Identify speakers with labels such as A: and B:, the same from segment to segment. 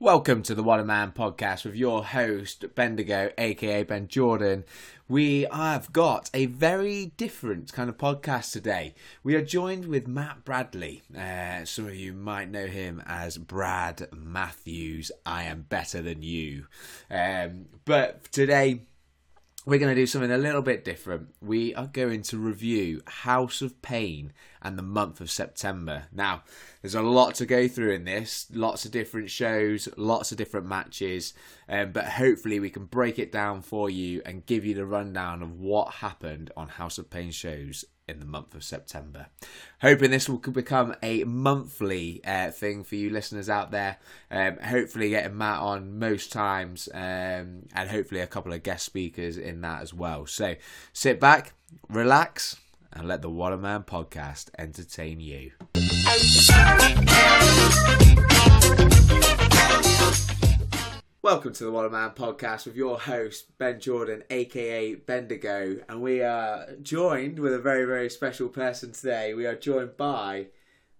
A: Welcome to the One Man Podcast with your host, Bendigo, aka Ben Jordan. We have got a very different kind of podcast today. We are joined with Matt Bradley. Uh, some of you might know him as Brad Matthews. I am better than you. Um, but today, we're going to do something a little bit different. We are going to review House of Pain and the month of September. Now, there's a lot to go through in this, lots of different shows, lots of different matches, um, but hopefully we can break it down for you and give you the rundown of what happened on House of Pain shows in the month of September. Hoping this will become a monthly uh, thing for you listeners out there. Um, hopefully, getting Matt on most times, um, and hopefully, a couple of guest speakers in that as well. So, sit back, relax, and let the Waterman podcast entertain you. Welcome to the One Man Podcast with your host Ben Jordan, aka Bendigo, and we are joined with a very very special person today. We are joined by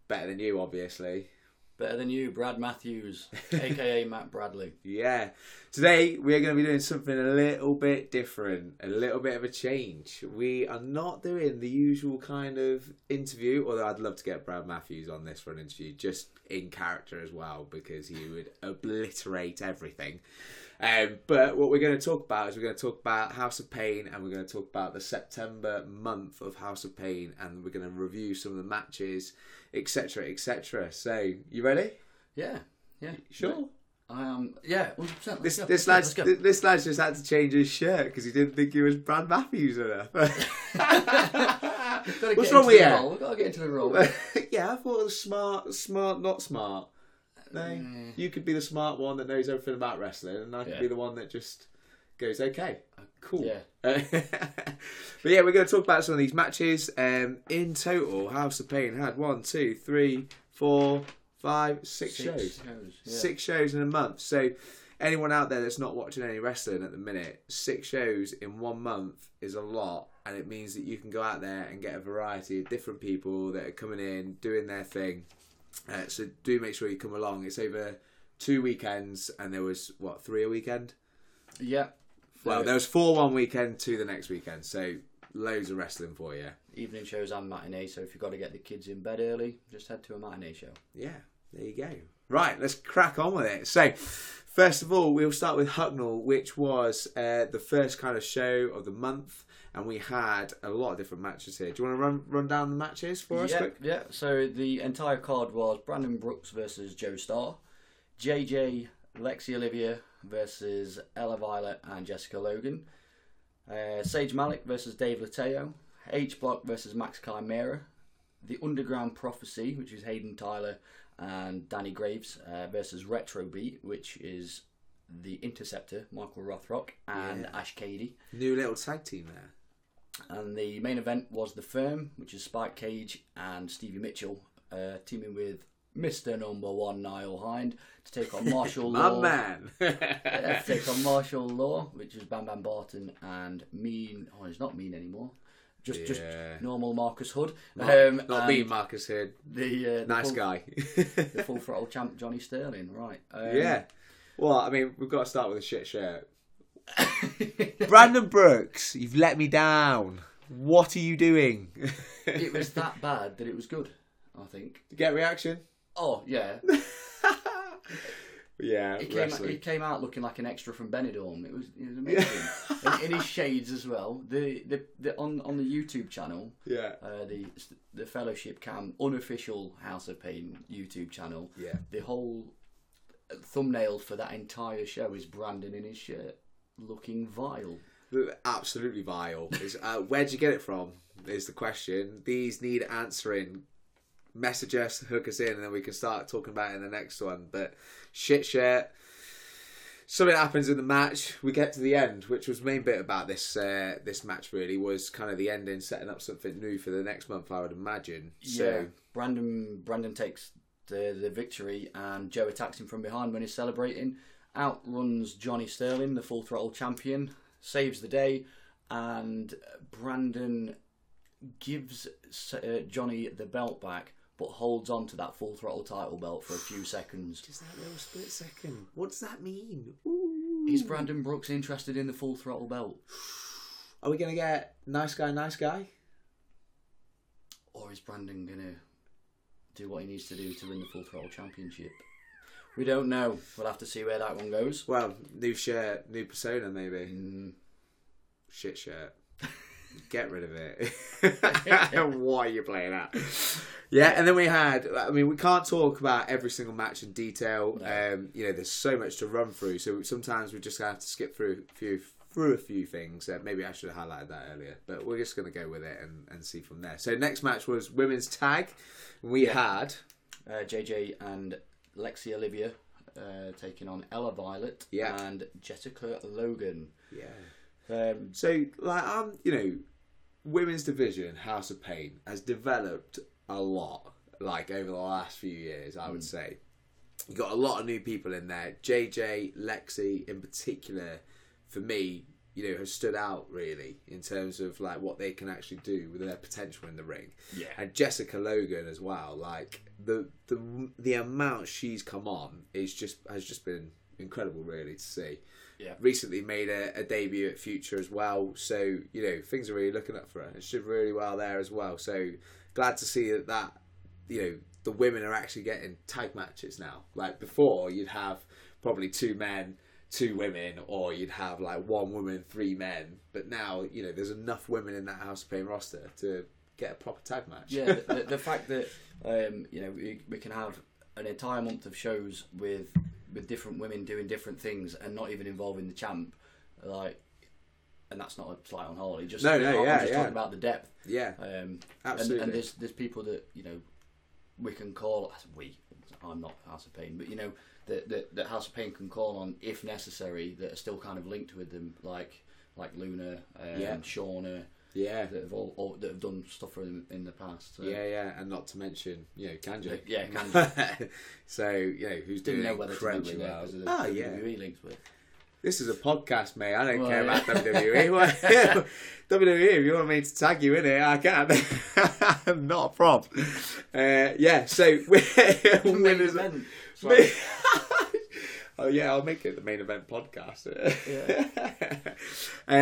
A: better than you, obviously.
B: Better than you, Brad Matthews, aka Matt Bradley.
A: Yeah. Today we are going to be doing something a little bit different, a little bit of a change. We are not doing the usual kind of interview, although I'd love to get Brad Matthews on this for an interview, just in character as well, because he would obliterate everything. Um, but what we're going to talk about is we're going to talk about House of Pain and we're going to talk about the September month of House of Pain and we're going to review some of the matches, etc., etc. So, you ready?
B: Yeah, yeah.
A: Sure.
B: I am. Yeah, 100%.
A: This
B: Let's go,
A: this
B: let's
A: lad's
B: go,
A: th- this lad's just had to change his shirt because he didn't think he was Brad Matthews enough.
B: Let's go. Gotta
A: What's
B: get
A: wrong with
B: into the
A: you?
B: role, We've got to get into the role.
A: yeah, I thought it was smart, smart, not smart. No, you could be the smart one that knows everything about wrestling, and I could
B: Mm. Yeah.
A: be the one that just goes, "Okay, cool."
B: Yeah.
A: Uh, but yeah, we're going to talk about some of these matches. Um, in total, House of Pain had one, two, three, four, five, six shows.
B: yeah.
A: Six shows in a month. So anyone out there that's not watching any wrestling at the minute, six shows in one month is a lot and it means that you can go out there and get a variety of different people that are coming in, doing their thing. Uh, so do make sure you come along. It's over two weekends and there was what, three a weekend?
B: Yeah.
A: Well,
B: So,
A: there was four one weekend, two the next weekend. So loads of wrestling for you.
B: evening shows and matinee, so if you've got to get the kids in bed early, just head to a matinee show.
A: Yeah, there you go. Right, let's crack on with it. So, first of all, we'll start with Hucknall, which was uh, the first kind of show of the month, and we had a lot of different matches here. Do you want to run run down the matches for us?
B: yeah,
A: Quick?
B: yeah. So the entire card was Brandon Brooks versus Joe Starr, JJ Lexi Olivia versus Ella Violet and Jessica Logan, uh, Sage Malik versus Dave Lateo, H Block versus Max Chimera, The Underground Prophecy, which is Hayden Tyler and Danny Graves uh, versus Retro Beat, which is the Interceptor Michael Rothrock and Ash Cady.
A: New little tag team there.
B: And the main event was The Firm, which is Spike Cage and Stevie Mitchell uh, teaming with Mr. Number One Niall Hind to take on Martial
A: My
B: Law.
A: man.
B: Uh, to take on Martial Law, which is Bam Bam Barton and Mean. Oh, he's not Mean anymore. Just, just
A: Yeah.
B: normal Marcus Hood.
A: Not
B: Um, and
A: me, Marcus Hood.
B: The uh,
A: Nice
B: the full,
A: guy.
B: the full throttle champ Johnny Sterling. Right. Um,
A: yeah. Well, I mean, we've got to start with a shit shirt. Brandon Brooks, you've let me down. What are you doing?
B: It was that bad that it was good. I think.
A: Get reaction?
B: Oh yeah,
A: Yeah,
B: He came,
A: wrestling.
B: he came out looking like an extra from Benidorm. It was, it was amazing. and in his shades as well. The, the, the on on the YouTube channel,
A: Yeah.
B: uh, the the Fellowship Cam unofficial House of Pain YouTube channel.
A: Yeah.
B: The whole thumbnail for that entire show is Brandon in his shirt, looking vile.
A: Uh, Absolutely vile. Is uh, where'd you get it from? Is the question. These need answering. Message us, hook us in, and then we can start talking about it in the next one. But shit, shit. Something happens in the match. We get to the end, which was the main bit about this uh, this match. Really was kind of the ending, setting up something new for the next month. I would imagine. So
B: Brandon Brandon takes the, the victory and Joe attacks him from behind when he's celebrating. Out runs Johnny Sterling, the full throttle champion, saves the day, and Brandon gives uh, Johnny the belt back, but but holds on to that full throttle title belt for a few seconds.
A: Just that little split second. What does that mean? Ooh.
B: Is Brandon Brooks interested in the full throttle belt?
A: Are we gonna get nice guy, nice guy?
B: Or is Brandon going to do what he needs to do to win the full throttle championship? We don't know. We'll have to see where that one goes.
A: Well, new shirt, new persona, maybe.
B: Mm,
A: Shit shirt. Get rid of it. Why are you playing that? Yeah, and then we had. I mean, we can't talk about every single match in detail.
B: No.
A: Um, you know, there's so much to run through. So sometimes we just have to skip through a few through a few things. Uh, maybe I should have highlighted that earlier, but we're just gonna go with it and, and see from there. So next match was women's tag. We had
B: uh, JJ and Lexi Olivia uh, taking on Ella Violet
A: Yeah.
B: and Jessica Logan.
A: yeah.
B: Um,
A: So, like, um, you know, women's division House of Pain has developed a lot, like over the last few years, I would say. You got a lot of new people in there. JJ, Lexi, in particular, for me, you know, has stood out really in terms of like what they can actually do with their potential in the ring.
B: Yeah.
A: And Jessica Logan as well. Like the the the amount she's come on is just has just been incredible, really, to see
B: yeah.
A: recently made a, a debut at Future as well. So, you know, things are really looking up for her. It stood really well there as well. So glad to see that, that you know, the women are actually getting tag matches now. Like before, you'd have probably two men, two women, or you'd have like one woman, three men. But now, you know, there's enough women in that House of Pain roster to get a proper tag match.
B: yeah, the, the, the fact that um, you know we, we can have an entire month of shows with with different women doing different things and not even involving the champ, like, and that's not a slight on Harley. Just
A: No, no,
B: I'm
A: yeah,
B: just
A: yeah.
B: talking about the depth.
A: yeah.
B: Um,
A: Absolutely.
B: And, and there's there's people that you know we can call. I said We, I'm not House of Pain, but you know that that, that House of Pain can call on if necessary that are still kind of linked with them, like like Luna, um,
A: Yeah.
B: Shauna,
A: Yeah.
B: that have all, all that have done stuff for them in the past. So.
A: Yeah, yeah, and not to mention, you know, Kanji.
B: Yeah,
A: Kanji. so, you know, who's
B: Didn't
A: doing
B: know whether to
A: incredibly
B: mention it
A: well.
B: because of the E.
A: Oh, yeah.
B: WWE links with.
A: This is a podcast, mate. I don't
B: Well,
A: care
B: yeah.
A: about WWE. Well, WWE, E, if you want me to tag you in it, I can. Not a problem. Uh, yeah, so
B: Main
A: winners.
B: event.
A: Main- oh yeah, I'll make it the main event podcast. uh,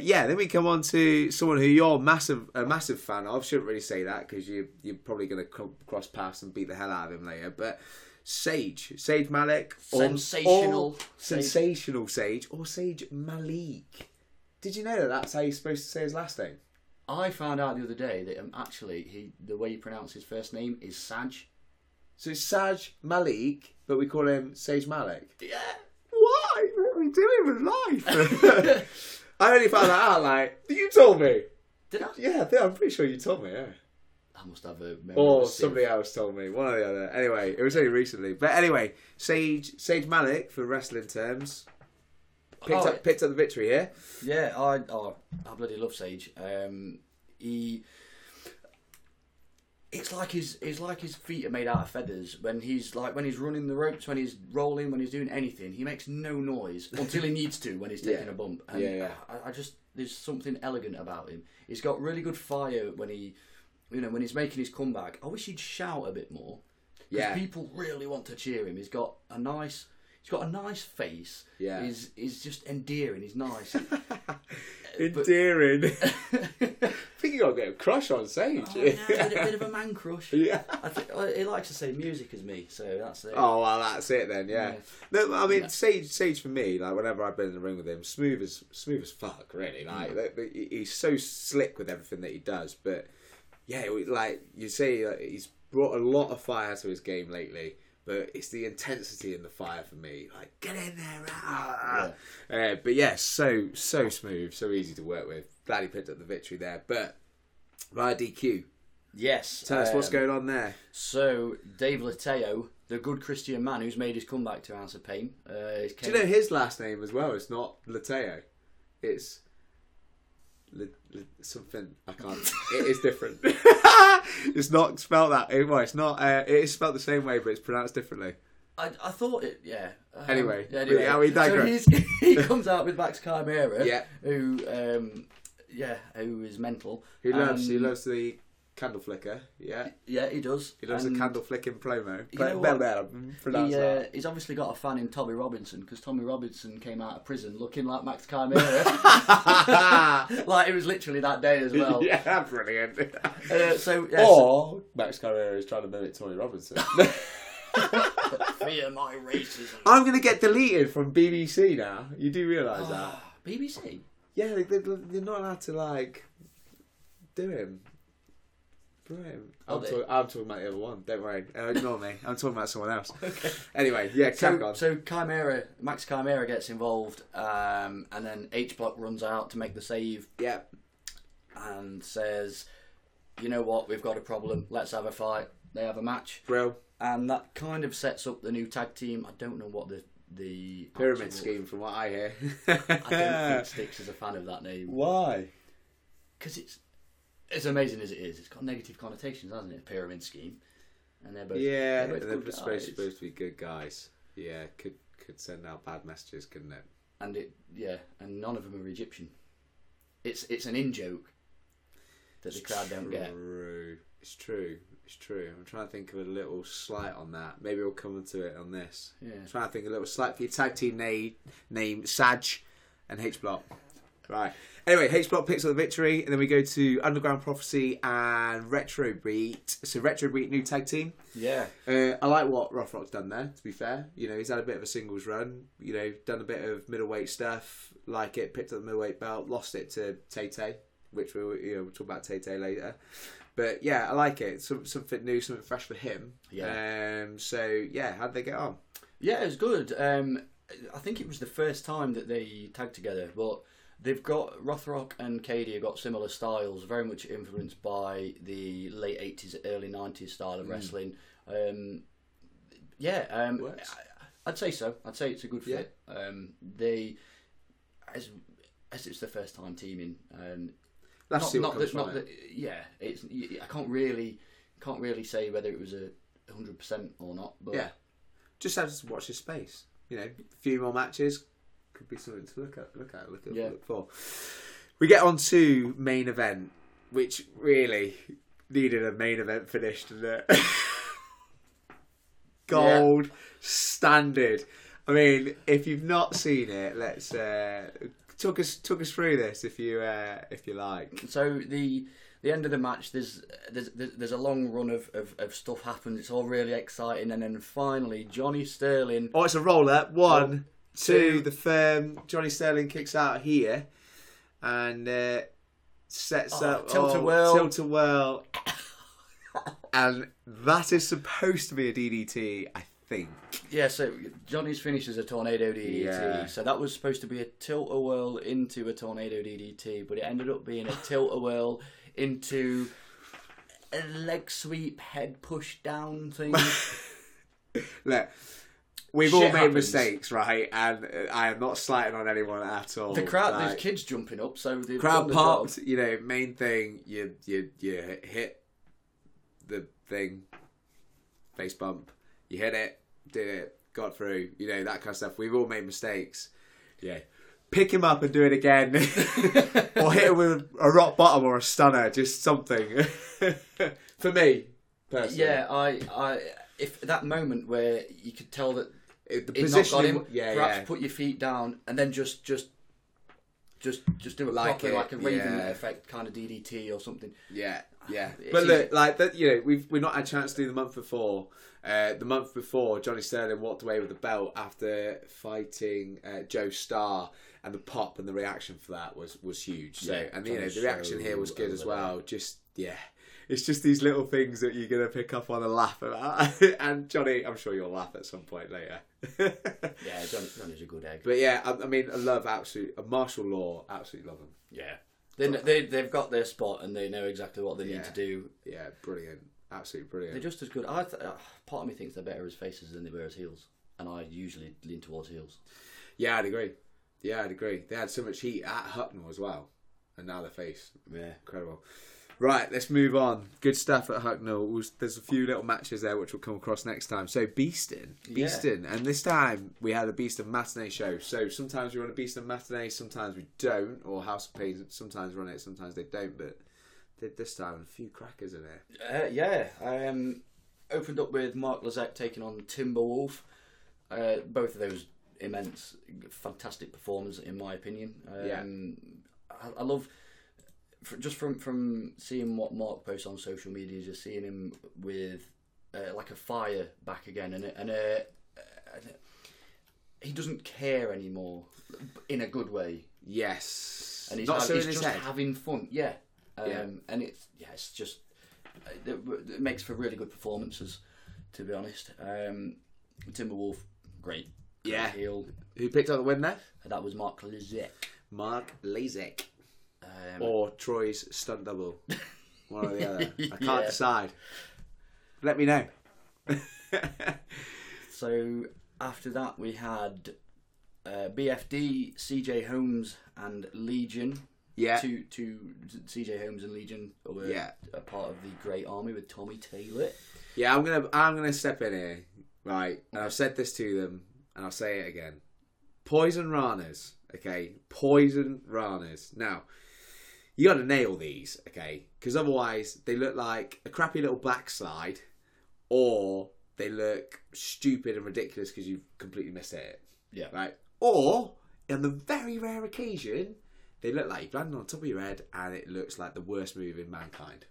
A: yeah. Then we come on to someone who you're massive a massive fan of. Shouldn't really say that because you you're probably going to cross paths and beat the hell out of him later. But Sage, Sage Malik, or-
B: Sensational
A: or-
B: Sage.
A: sensational Sage, or Sage Malik. Did you know that that's how you're supposed to say his last name?
B: I found out the other day that um, actually he the way you pronounce his first name is Saj.
A: So it's Saj Malik, but we call him Sage Malik.
B: Yeah.
A: Why? What are we doing with life? I only found that out, like, you told me.
B: Did I?
A: Yeah, I think- I'm pretty sure you told me, yeah.
B: I must have a memory.
A: Or
B: of a sieve.
A: somebody else told me, one or the other. Anyway, it was only recently. But anyway, Sage Sage Malik, for wrestling terms, picked,
B: Oh,
A: up, picked up the victory here.
B: Yeah, I oh, I bloody love Sage. Um, he it's like his it's like his feet are made out of feathers. When he's like when he's running the ropes, when he's rolling, when he's doing anything, he makes no noise until he needs to when he's taking
A: Yeah.
B: a bump. And
A: Yeah, yeah.
B: I, I just there's something elegant about him. He's got really good fire when he you know when he's making his comeback. I wish he'd shout a bit more. 'Cause
A: Yeah.
B: people really want to cheer him. He's got a nice. He's got a nice face.
A: Yeah.
B: He's, he's just endearing. He's nice.
A: Endearing. I think you got a bit of crush on Sage.
B: Oh, yeah, a bit, a bit of a man crush.
A: yeah.
B: I think I- he likes to say music as me, so that's it.
A: Oh well, that's it then. Yeah.
B: Yeah.
A: No, I mean, Sage. Sage for me, like whenever I've been in the ring with him, smooth as smooth as fuck.
B: Mm.
A: Really, like that- that- he- he's so slick with everything that he does. But yeah, it was like you say, like, he's brought a lot of fire to his game lately. But it's the intensity in the fire for me. Like get in there. ah. Uh, but yeah, so so smooth, so easy to work with. Glad he picked up the victory there. But via DQ,
B: Yes.
A: tell us what's
B: um,
A: going on there.
B: So Dave Lateo, the good Christian man who's made his comeback to House of Pain, uh, is
A: Do
B: Ken-
A: you know his last name as well? It's not Lateo. It's L- something I can't. it is different. it's not spelled that. It, well, it's not. Uh, it is spelled the same way, but it's pronounced differently.
B: I, I thought it. Yeah. Um,
A: Anyway,
B: yeah, anyway.
A: yeah, we
B: so
A: digress.
B: he's, he comes out with Max Chimera,
A: Yeah.
B: who, um, yeah, who is mental.
A: Who loves?
B: and-
A: who loves the candle flicker. Yeah,
B: Yeah, he does.
A: he loves
B: And
A: a candle flicking promo.
B: You
A: But
B: know
A: well,
B: what?
A: there, mm,
B: he,
A: pronounce that.
B: uh, he's obviously got a fan in Tommy Robinson because Tommy Robinson came out of prison looking like Max Chimera. like it was literally that day as uh, well.
A: yeah, brilliant.
B: Uh, so, yeah, so-
A: or Max Carrera is trying to mimic Tony Robinson.
B: fear my racism.
A: I'm going to get deleted from BBC now. You do realise that?
B: Ah, BBC.
A: Yeah, they, they, they're not allowed to like do him. Brilliant.
B: Are
A: I'm,
B: they?
A: talk- I'm talking about the other one. Don't worry. Uh, ignore me. I'm talking about someone else. Anyway, yeah, carry
B: So,
A: on.
B: so Chimera, Max Chimera gets involved, um, and then H Block runs out to make the save
A: yeah,
B: and says, "You know what? We've got a problem. Let's have a fight." They have a match,
A: bro.
B: and that kind of sets up the new tag team. I don't know what the the
A: Pyramid
B: actual-
A: scheme, from what I hear.
B: I don't think Sticks is a fan of that name
A: Why?
B: because it's as amazing as it is. It's got negative connotations, hasn't it? Pyramid scheme, and they're both
A: Yeah,
B: they're both
A: they're
B: good
A: supposed,
B: guys.
A: supposed to be good guys. Yeah, could could send out bad messages, couldn't it?
B: and it yeah, and none of them are Egyptian. It's it's an in joke that the crowd don't get.
A: True. It's true. It's true. I'm trying to think of a little slight on that. Maybe we'll come to it on this.
B: Yeah.
A: I'm trying to think of a little slight for your tag team na- name, Saj and H Block. Right. Anyway, H Block picks up the victory, and then we go to Underground Prophecy and Retro Beat. So Retro Beat, new tag team.
B: Yeah,
A: Uh, I like what Rough Rock's done there. To be fair, you know he's had a bit of a singles run. You know, done a bit of middleweight stuff, like it, picked up the middleweight belt, lost it to Tay Tay, which we'll you know we'll talk about Tay Tay later. But yeah, I like it. Some, something new, something fresh for him. Yeah. Um, so yeah, how did they get on?
B: yeah, it was good. Um, I think it was the first time that they tagged together, but they've got Rothrock and Cady have got similar styles, very much influenced by the late eighties, early nineties style
A: Hmm.
B: of wrestling. Um, yeah, um,
A: Works.
B: I, I'd say so. I'd say it's a good fit. Um, they as as it's the first time teaming, um, and
A: Let's
B: not,
A: see what
B: not
A: comes
B: that,
A: from
B: not
A: it.
B: that, yeah, it's y- I can't really can't really say whether it was a hundred percent or not, but
A: Yeah. Just have to watch his space. You know, a few more matches could be something to look at, look at, look at,
B: Yeah.
A: look for. We get on to main event, which really needed a main event finish, didn't it? Gold standard. I mean, if you've not seen it, let's uh, talk us talk us through this if you uh, if you like.
B: So the the end of the match, there's there's there's there's a long run of, of, of stuff happens. It's all really exciting, and then finally Johnny Sterling.
A: Oh, it's a roll up. One, two.
B: two.
A: The firm. Johnny Sterling kicks out here, and uh, sets
B: Oh,
A: up
B: tilt-a-whirl.
A: Tilt a whirl. and that is supposed to be a DDT, I think.
B: Yeah, so Johnny's finish is a tornado DDT.
A: Yeah.
B: So that was supposed to be a tilt a whirl into a tornado DDT, but it ended up being a tilt a whirl into a leg sweep, head push down thing.
A: Look. We've
B: Shit
A: all made
B: happens.
A: mistakes, right? And uh, I am not slighting on anyone at all.
B: The crowd,
A: like-
B: there's kids jumping up, so the
A: crowd popped. You know, main thing you you you hit the thing, face bump. You hit it, did it, got through. You know that kind of stuff. We've all made mistakes. Yeah, pick him up and do it again, or hit him with a rock bottom or a stunner, just something. For me, personally,
B: Yeah, I, I, if that moment where you could tell that
A: It- the
B: it not got
A: position.
B: him,
A: Yeah,
B: perhaps
A: yeah.
B: put your feet down and then just, just, just, just do it
A: Like
B: like properly,
A: it,
B: like a Raven
A: yeah.
B: effect kind of DDT or something.
A: Yeah, yeah.
B: It's
A: But
B: easy.
A: look, like that, you know, we've we've not had a chance to do the month before. Uh, the month before, Johnny Sterling walked away with the belt after fighting uh, Joe Starr, and the pop and the reaction for that was was huge. So,
B: Yeah,
A: and you know,
B: Johnny's
A: the reaction
B: so
A: here was good as
B: over the
A: well. Just yeah. It's just these little things that you're gonna pick up on and laugh about. and Johnny, I'm sure you'll laugh at some point later.
B: Yeah, John, Johnny's a good egg.
A: But yeah, I, I mean, I love absolute uh, martial law. Absolutely love them.
B: yeah, they, kn- they, they've got their spot and they know exactly what they need
A: Yeah.
B: to do.
A: Yeah, brilliant. Absolutely
B: They're
A: brilliant.
B: just as good. I, th- uh, part of me thinks they're better as faces than they were as heels, and I usually lean towards heels.
A: Yeah, I'd agree. Yeah, I'd agree. They had so much heat at Hucknall as well, and now their face
B: Yeah.
A: incredible. Right, let's move on. Good stuff at Hucknall. We'll- There's a few little matches there which we'll come across next time. So Beeston,
B: Yeah.
A: Beeston, and this time we had a Beeston matinee show. So sometimes we run a Beeston matinee, sometimes we don't, or House of Pain. Sometimes run it, sometimes they don't. But did this time. A few crackers in there.
B: Uh, yeah, um, opened up with Mark Lazek taking on Timberwolf. Uh, both of those immense, fantastic performers, in my opinion. Um, I, I love fr just from from seeing what Mark posts on social media, just seeing him with uh, like a fire back again, and a- and a, and a- he doesn't care anymore in a good way,
A: Yes.
B: and he's,
A: Not
B: ha-
A: so
B: he's
A: in his
B: just
A: head.
B: having fun. Yeah. Um,
A: Yeah.
B: and it's yeah, it's just uh, it, it makes for really good performances, to be honest. Um, Timberwolf, great, Great
A: Yeah.
B: heel.
A: Who picked up the win there?
B: That was Mark Lizek.
A: Mark Lazek.
B: Um,
A: Or Troy's stunt double. One or the other. I can't
B: Yeah.
A: decide. Let me know.
B: So after that, we had uh, BFD, CJ Holmes, and Legion.
A: yeah.
B: Two, two CJ Holmes and Legion were
A: Yeah.
B: a part of the Great Army with Tommy Taylor.
A: Yeah, I'm gonna I'm gonna step in here, right? And I've said this to them, and I'll say it again. Poison ranas, okay? Poison ranas. Now, you gotta nail these, okay? Because otherwise, they look like a crappy little backslide, or they look stupid and ridiculous because you've completely missed it,
B: Yeah.
A: right? Or on the very rare occasion, they look like you've landed on top of your head, and it looks like the worst move in mankind.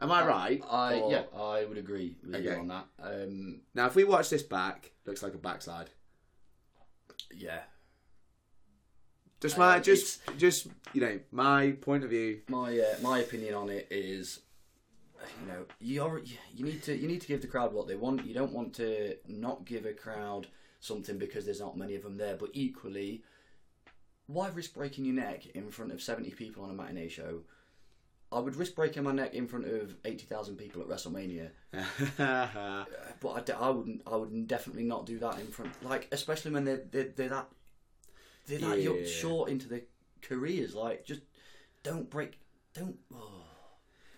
A: Am I right?
B: Uh, I
A: Or-
B: yeah, I would agree with you
A: Okay.
B: on that. Um,
A: Now, if we watch this back, looks like a backside.
B: yeah,
A: Just
B: Uh,
A: my, just, just you know, my point of view.
B: my uh, my opinion on it is, you know, you are, you need to you need to give the crowd what they want. You don't want to not give a crowd something because there's not many of them there. But equally, why risk breaking your neck in front of seventy people on a matinee show? I would risk breaking my neck in front of eighty thousand people at WrestleMania,
A: yeah,
B: but I, d- I wouldn't. I would definitely not do that in front, like especially when they're they're, they're that they're that
A: Yeah.
B: young- short into their careers. Like, just don't break. Don't. Oh.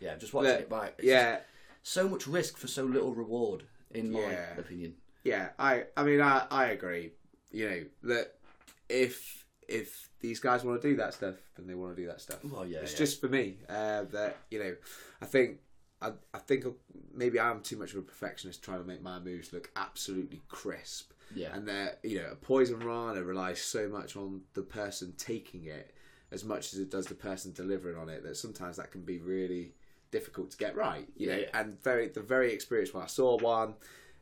B: Yeah, just watching
A: Look,
B: it back. It's just so much risk for so little reward, in my
A: Yeah.
B: opinion.
A: yeah. I, I mean, I, I agree. You know, that if if these guys want to do that stuff, then they want to do that stuff.
B: Well, yeah,
A: it's
B: yeah.
A: just for me uh, that you know, I think. I, I think maybe I'm too much of a perfectionist trying to make my moves look absolutely crisp.
B: Yeah.
A: and that you know a poison rana relies so much on the person taking it as much as it does the person delivering on it that sometimes that can be really difficult to get right you know
B: Yeah.
A: and very the very experienced one i saw one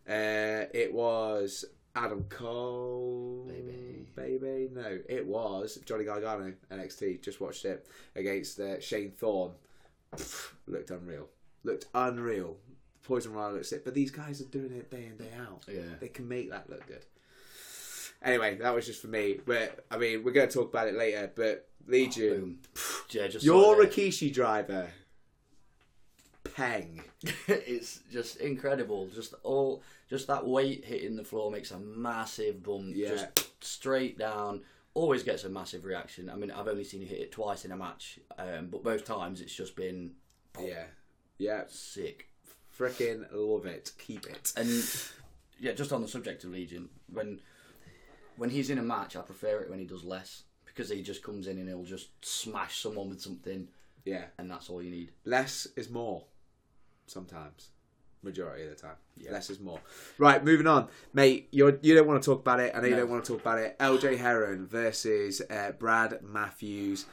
A: uh it was adam cole
B: Baby.
A: baby no it was johnny gargano nxt just watched it against uh, shane thorne Pff, looked unreal looked unreal poison rana looks it but these guys are doing it day in day out
B: Yeah.
A: they can make that look good. Anyway, that was just for me. But I mean, we're going to talk about it later. But Legion,
B: Oh, Boom. Yeah, just
A: your
B: like-
A: Rikishi driver, Peng.
B: it's just incredible. Just all, just that weight hitting the floor makes a massive bump.
A: Yeah.
B: Just straight down. Always gets a massive reaction. I mean, I've only seen you hit it twice in a match, um, but both times it's just been
A: Yeah, yeah,
B: sick.
A: freaking love it. Keep it.
B: And yeah, just on the subject of Legion, when when he's in a match, I prefer it when he does less because he just comes in and he'll just smash someone with something,
A: Yeah,
B: and that's all you need.
A: less is more. Sometimes, majority of the time, less is more. Right, moving on, mate. You're, you don't want to talk about it. I know you
B: No.
A: don't want to talk about it. LJ Heron versus uh, Brad Matthews.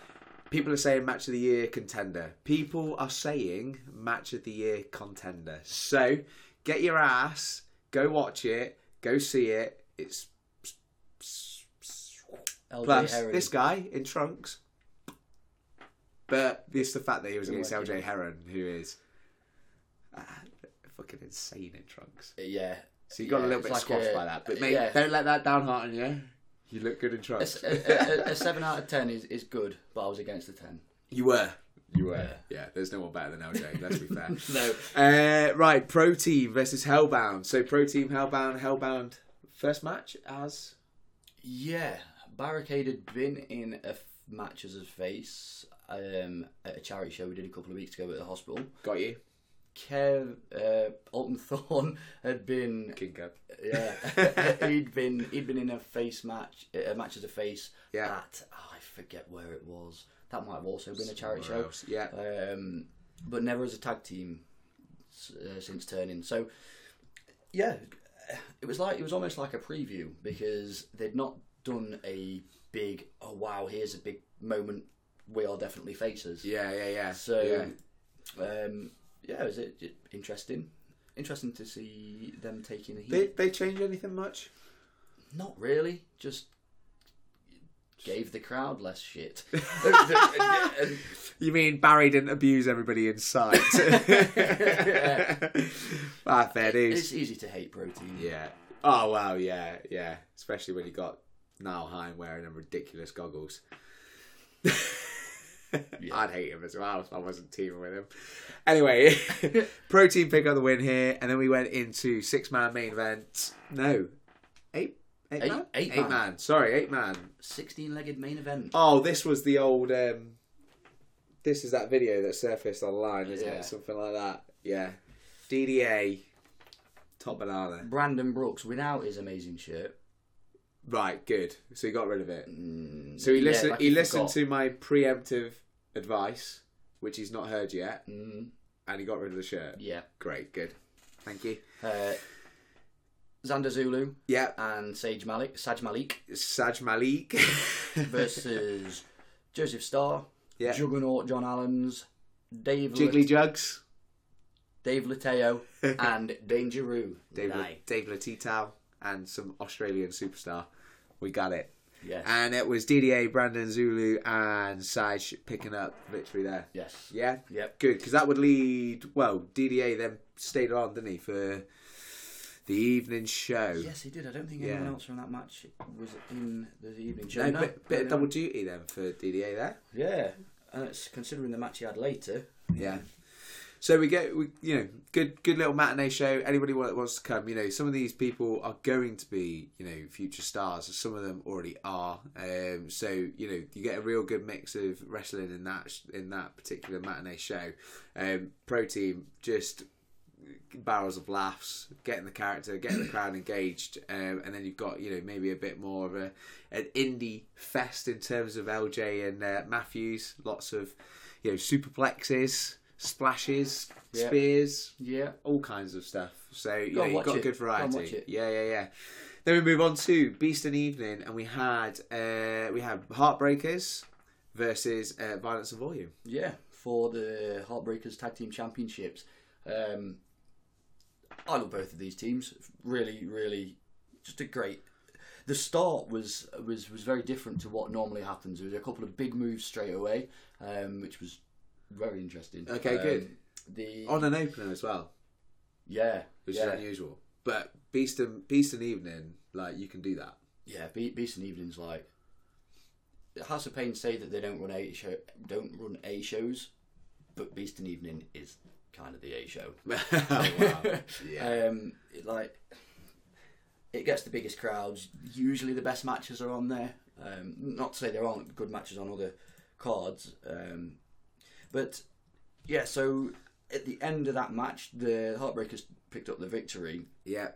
A: People are saying match of the year contender. People are saying match of the year contender. So get your ass, go watch it, go see it. It's
B: LJ
A: plus
B: Herring.
A: this guy in trunks. But it's the fact that he was against
B: like
A: LJ Heron, who is ah, fucking insane in trunks.
B: yeah.
A: So you got
B: Yeah,
A: a little
B: it's
A: bit
B: like
A: squashed
B: a-
A: by that. But mate,
B: yeah. uh,
A: don't let that downhearten you. You look good in trunks.
B: a, a- a seven out of ten is, is good, but I was against the ten.
A: You were. You were. Yeah.
B: Yeah.
A: there's no one better than LJ, let's be fair.
B: No.
A: Uh, right, Pro Team versus Hellbound. So Pro Team, Hellbound, Hellbound. First match as
B: Yeah, Barricade had been in a f- match as a face um, at a charity show we did a couple of weeks ago at the hospital.
A: got you.
B: Uh, Kev uh, Alton Thorne had been
A: King Cub.
B: yeah he'd been he'd been in a uh, face match a match as a face
A: Yeah.
B: at oh, I forget where it was That might have also been a charity
A: Somewhere
B: show,
A: else. Yeah.
B: um, but never as a tag team s- uh, since turning. So, yeah, it was like it was almost like a preview because they'd not done a big oh wow here's a big moment we are definitely faces.
A: Yeah, yeah, yeah.
B: So,
A: yeah.
B: um, yeah, it was it, it- interesting. Interesting to see them taking a heat.
A: Did they change anything much?
B: Not really. Just gave the crowd less shit. And-
A: You mean Barry didn't abuse everybody in sight? Ah, fair
B: it's easy to hate protein.
A: Yeah. Oh wow, yeah, yeah. Especially when you got Niall Hine wearing them ridiculous goggles. I'd hate him as well if I wasn't teaming with him. Anyway, protein pick up the win here, and then we went into six man main event. No, eight, eight,
B: Eight-
A: man,
B: eight man.
A: Sorry, eight man.
B: Sixteen-legged main event.
A: Oh, this was the old. um This is that video that surfaced online, isn't
B: Yeah.
A: it? Something like that. Yeah. DDA, top banana.
B: Brandon Brooks without his amazing shirt.
A: Right, good. So he got rid of it.
B: Mm,
A: So he
B: yeah,
A: listened.
B: like
A: he listened to
B: forgot.
A: my preemptive advice, which he's not heard yet,
B: Mm,
A: and he got rid of the shirt.
B: yeah.
A: Great, good. Thank you.
B: Uh, Xander Zulu
A: Yeah,
B: and Sage Malik, Saj Malik
A: Saj Malik
B: versus Joseph Starr,
A: Yeah.
B: Juggernaut John Allens, Dave Lit-
A: Jiggly Jugs.
B: Dave Lateo, and Dangeroo.
A: Dave,
B: Lai.
A: Dave Letitow and some Australian superstar. We got it.
B: Yes.
A: And it was DDA, Brandon Zulu, and Saj picking up victory there.
B: yes.
A: Yeah,
B: Yep.
A: Good, because that would lead. Well, DDA then stayed on, didn't he, for the evening show?
B: Yes, he did. I don't think
A: Yeah.
B: anyone else from that match was in the evening show.
A: No,
B: No,
A: bit, bit
B: no,
A: of
B: no.
A: double duty then for DDA there.
B: Yeah, and it's considering the match he had later.
A: Yeah. So we get, we, you know, good, good little matinee show. Anybody wa- that wants to come, you know, some of these people are going to be, you know, future stars. Some of them already are. Um, so you know, you get a real good mix of wrestling in that sh- in that particular matinee show. Um, Pro Team just barrels of laughs, getting the character, getting the crowd engaged, um, and then you've got you know maybe a bit more of a an indie fest in terms of LJ and uh, Matthews. Lots of you know superplexes, splashes,
B: Yeah.
A: spears,
B: Yeah.
A: all kinds of stuff. So you
B: Go
A: know,
B: and
A: you've
B: watch
A: got good
B: it. Go and
A: variety.
B: watch it.
A: Yeah, yeah, yeah. Then we move on to Beast and Evening, and we had uh, we had Heartbreakers versus uh, Violence and Volume.
B: Yeah, for the Heartbreakers Tag Team Championships. Um, I love both of these teams. Really, really, just a great. The start was was was very different to what normally happens. There was a couple of big moves straight away, um, which was very interesting.
A: Okay,
B: Um,
A: good.
B: The
A: On an opener as well.
B: yeah,
A: which
B: yeah,
A: is unusual. But Beast and Beast and Evening, like you can do that.
B: yeah. Be- Beast and Evening's like House of Pain say that they don't run a show, don't run a shows, but Beast and Evening is kind of the a show.
A: Yeah.
B: Um, it, like it gets the biggest crowds. Usually, the best matches are on there. Um, not to say there aren't good matches on other cards, um, but yeah. So at the end of that match, the Heartbreakers picked up the victory,
A: yeah.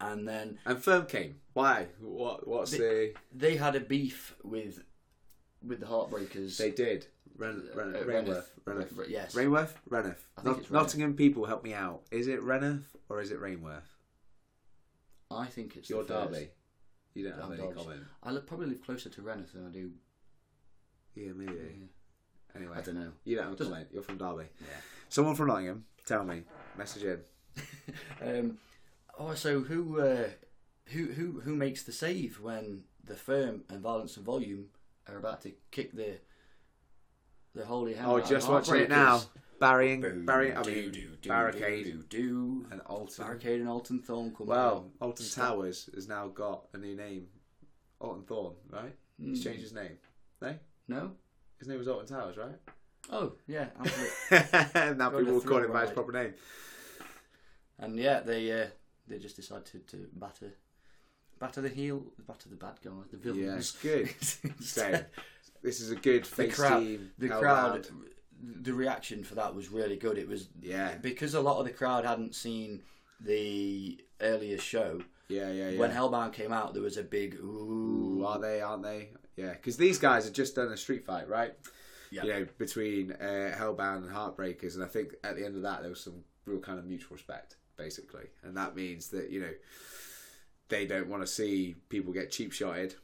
B: and then
A: And Firm came. Why? What? What's the?
B: they had a beef with with the Heartbreakers.
A: They did. Ren, Ren,
B: Uh,
A: Renworth.
B: Reneth.
A: Renworth.
B: Re- yes.
A: Rainworth. Renworth.
B: think
A: Not,
B: it's Reneth.
A: Nottingham people, help me out. Is it Renworth or is it Rainworth?
B: I think it's
A: Your
B: the first.
A: Derby. You don't have
B: I'm
A: any
B: Derbyshire.
A: comment.
B: I look, probably live closer to Rennes than I do.
A: Yeah, maybe. Anyway,
B: I don't know.
A: you don't have a
B: Doesn't-
A: comment. You're from Derby.
B: Yeah.
A: Someone from Nottingham, tell me. Message in.
B: Um, oh, so who uh, who who who makes the save when the firm and violence and volume are about to kick the the holy hand?
A: Oh, just watching it now. Barry and Barry.
B: Barricade,
A: I mean, barricade
B: do, do,
A: and Alton.
B: barricade, and Alton Thorn come
A: Well,
B: out.
A: Alton Towers has now got a new name. Alton Thorn, right?
B: Hmm.
A: He's changed his name. No?
B: No.
A: His name was Alton Towers,
B: Oh yeah, absolutely.
A: right? now
B: Got
A: people
B: a
A: will call him
B: throw
A: by his
B: ride.
A: proper name.
B: and yeah, they uh, they just decided to, to batter batter the heel, batter the bad guy, the
A: Yeah,
B: villains.
A: good. so, this is a good
B: the
A: face
B: crowd,
A: team.
B: the
A: held
B: crowd,
A: out.
B: the reaction for that was really good. It was
A: Yeah.
B: because a lot of the crowd hadn't seen the earlier show.
A: Yeah, yeah, yeah.
B: When Hellbound came out, there was a big
A: Ooh,
B: ooh.
A: are they? Aren't they? Yeah, because these guys have just done a street fight, right?
B: Yeah.
A: you know, between uh, Hellbound and Heartbreakers. And I think at the end of that, there was some real kind of mutual respect, basically. And that means that, you know, they don't want to see people get cheap shotted,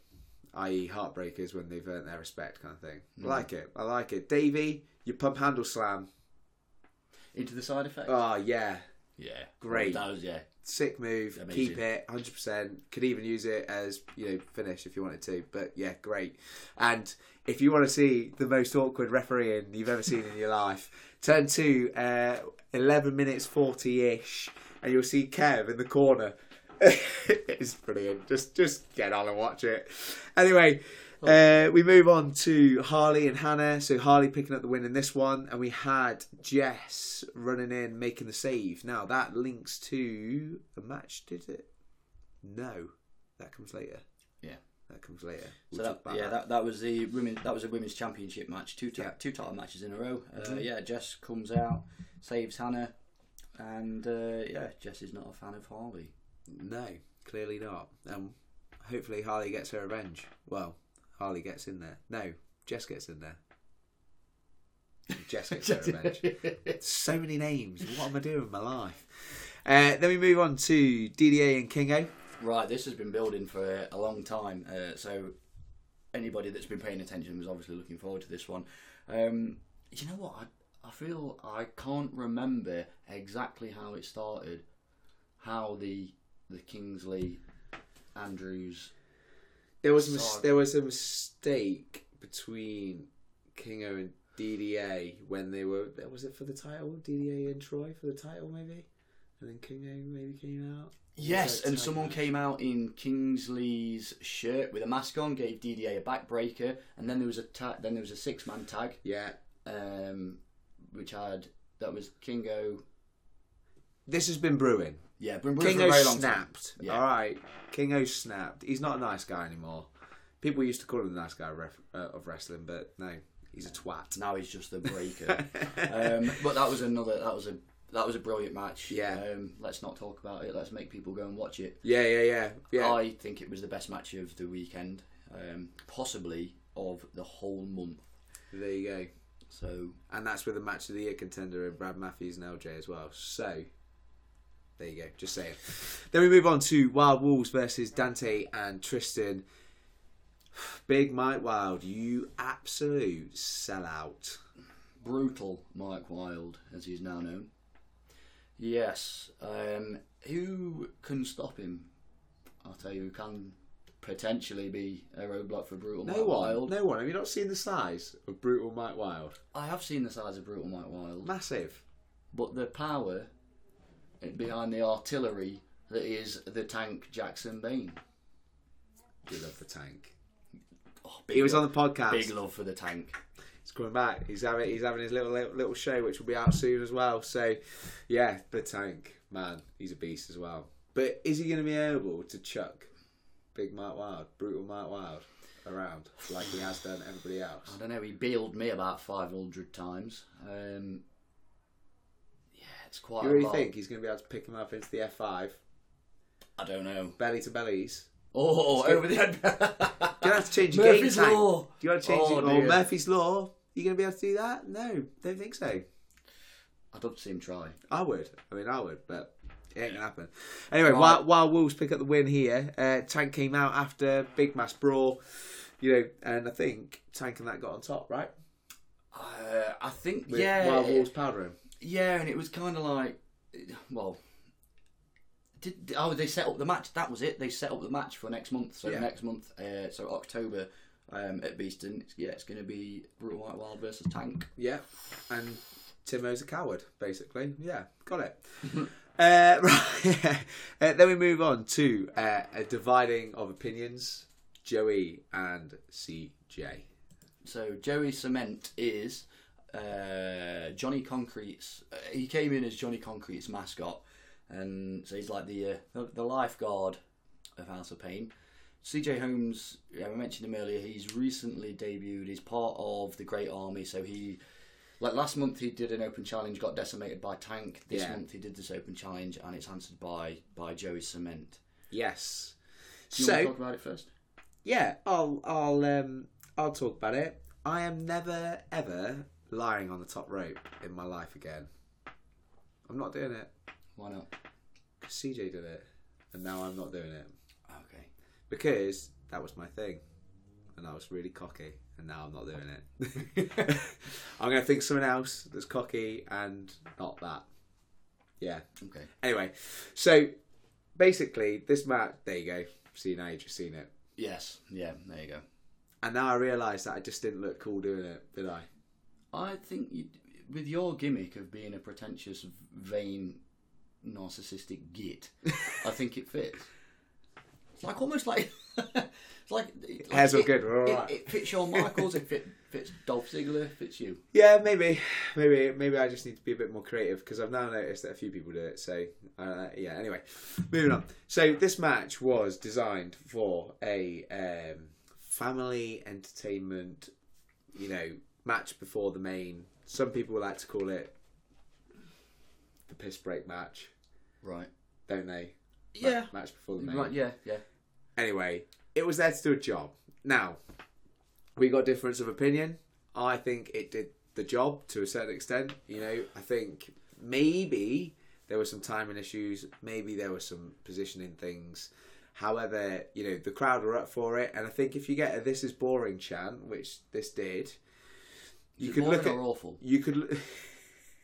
A: i.e., Heartbreakers, when they've earned their respect, kind of thing.
B: Mm-hmm.
A: I like it. I like it. Davey, your pump handle slam.
B: Into the side effect.
A: Oh, yeah.
B: yeah.
A: great.
B: That was yeah.
A: Sick move.
B: Amazing.
A: Keep it 100%. Could even use it as, you know, finish if you wanted to. But yeah, great. And if you want to see the most awkward refereeing you've ever seen in your life, turn to uh, 11 minutes 40 ish and you'll see Kev in the corner. it's brilliant. Just just get on and watch it. Anyway, uh, we move on to Harley and Hannah. So Harley picking up the win in this one, and we had Jess running in making the save. Now that links to a match, did it? No, that comes later.
B: Yeah.
A: That comes later. We'll
B: So
A: talk
B: that,
A: about
B: yeah, that, that was the women. That was a women's championship match. Two ti
A: Yeah. Mm-hmm.
B: two title matches in a row. Uh, Yeah, Jess comes out, saves Hannah, and uh, yeah, Jess is not a fan of Harley.
A: No, clearly not. Um, hopefully Harley gets her revenge. Well, Harley gets in there. No, Jess gets in there. Jess gets her revenge. So many names. What am I doing with my life? Uh, then we move on to DDA and Kingo.
B: Right, this has been building for a long time. Uh, so anybody that's been paying attention was obviously looking forward to this one. Um, you know what? I, I feel I can't remember exactly how it started, how the the Kingsley Andrews.
A: There was a
B: Sorry.
A: mis- there was a mistake between Kingo and DDA when they were was it for the title DDA and Troy for the title maybe, and then Kingo maybe came out.
B: Yes,
A: Sorry,
B: and
A: sorry.
B: someone came out in Kingsley's shirt with a mask on, gave DDA a backbreaker, and then there was a ta- then there was a six man tag,
A: Yeah,
B: um, which had that was Kingo.
A: this has been brewing.
B: Yeah, been brewing for a
A: Kingo
B: very long time.
A: snapped.
B: Yeah.
A: All right, Kingo snapped. He's not a nice guy anymore. People used to call him the nice guy of, ref- uh, of wrestling, but no, he's a twat.
B: Now he's just the breaker. um, but that was another. That was a that was a brilliant match.
A: Yeah.
B: Um, let's not talk about it. Let's make people go and watch it.
A: Yeah, yeah, yeah, yeah.
B: I think it was the best match of the weekend, um, possibly of the whole month.
A: there you go.
B: So
A: And that's with the match of the year contender in Brad Matthews and LJ as well. So there you go. Just saying. then we move on to Wild Wolves versus Dante and Tristan. Big Mike Wild, you absolute sellout.
B: brutal, Mike Wild, as he's now known. Yes. Um, who can stop him? I'll tell you who can potentially be a roadblock for brutal
A: No
B: Mike
A: one,
B: Wild.
A: no one. Have you not seen the size of brutal Mike Wild?
B: I have seen the size of brutal Mike Wild.
A: Massive.
B: but the power behind the artillery that is the tank Jackson Bain.
A: We love the tank.
B: Oh, big
A: He was
B: love,
A: on the podcast.
B: big love for the tank.
A: He's coming back. He's having he's having his little little, little show, which will be out soon as well. So, yeah, the tank man, he's a beast as well. But is he going to be able to chuck Big Mike Wild, brutal Mike Wild, around like he has done everybody
B: I
A: else?
B: don't know. He bailed me about five hundred times. Um, yeah, it's quite.
A: You
B: a
A: really
B: lot.
A: think he's going to be able to pick him up into the F five,
B: I don't know.
A: belly to bellies?
B: Oh, over the head.
A: Do you have to change your
B: Murphy's
A: game tank?
B: law.
A: Do you want to change
B: Oh,
A: your oh,
B: dear.
A: Murphy's law? You going to be able to do that? No, don't think so.
B: I'd love to see him try.
A: I would. I mean, I would, but it ain't gonna happen. Anyway, while, while Wolves pick up the win here, uh, Tank came out after big mass brawl, you know, and I think Tank and that got on top, right?
B: Uh, I think.
A: With
B: yeah.
A: Wild Wolves powdering.
B: Yeah, and it was kind of like, well, did oh they set up the match? That was it. They set up the match for next month. So
A: Yeah.
B: next month, uh, so October um, at Beeston. It's, yeah, it's going to be Brutal White Wild versus Tank.
A: Yeah, and Timo's a coward, basically. Yeah, got it. uh, right. Uh, then we move on to uh, a dividing of opinions. Joey and CJ.
B: So Joey Cement is uh, Johnny Concrete's. Uh, he came in as Johnny Concrete's mascot, and so he's like the uh, the, the lifeguard of House of Pain. CJ Holmes, yeah, I mentioned him earlier. He's recently debuted. He's part of the Great Army, so he. Like last month, he did an open challenge, got decimated by Tank. This
A: Yeah.
B: month, he did this open challenge, and it's answered by by Joey Cement.
A: Yes.
B: Do you
A: so
B: want to talk about it first?
A: yeah, I'll I'll um I'll talk about it. I am never ever lying on the top rope in my life again. I'm not doing it
B: Why not?
A: because CJ did it, and now I'm not doing it
B: Okay.
A: because that was my thing, and I was really cocky, and now I'm not doing it. I'm gonna think someone else that's cocky and not that. Yeah.
B: Okay.
A: Anyway, so basically, this match. There you go. See you now. You've just seen it.
B: Yes. Yeah. There you go.
A: And now I realise that I just didn't look cool doing it, did I?
B: I think you, with your gimmick of being a pretentious, vain, narcissistic git, I think it fits. It's like almost like it's like, like
A: Hairs are
B: it-
A: good, we're
B: It,
A: alright.
B: it fits Shawn Michaels. it fit, fits Dolph Ziggler. Fits you.
A: Yeah, maybe, maybe, maybe I just need to be a bit more creative because I've now noticed that a few people do it. So, uh, yeah. Anyway, moving on. So this match was designed for a um, family entertainment, you know, match before the main. Some people like to call it the piss break match,
B: Right.
A: don't they? Ma-
B: Yeah.
A: match before the main.
B: Right. Yeah. Yeah.
A: Anyway, it was there to do a job. Now, we got difference of opinion. I think it did the job to a certain extent. You know, I think maybe there were some timing issues, maybe there were some positioning things. However, you know, the crowd were up for it, and I think if you get a this is boring chant, which this did, you
B: Is it
A: could
B: boring
A: look at
B: or awful.
A: you could l-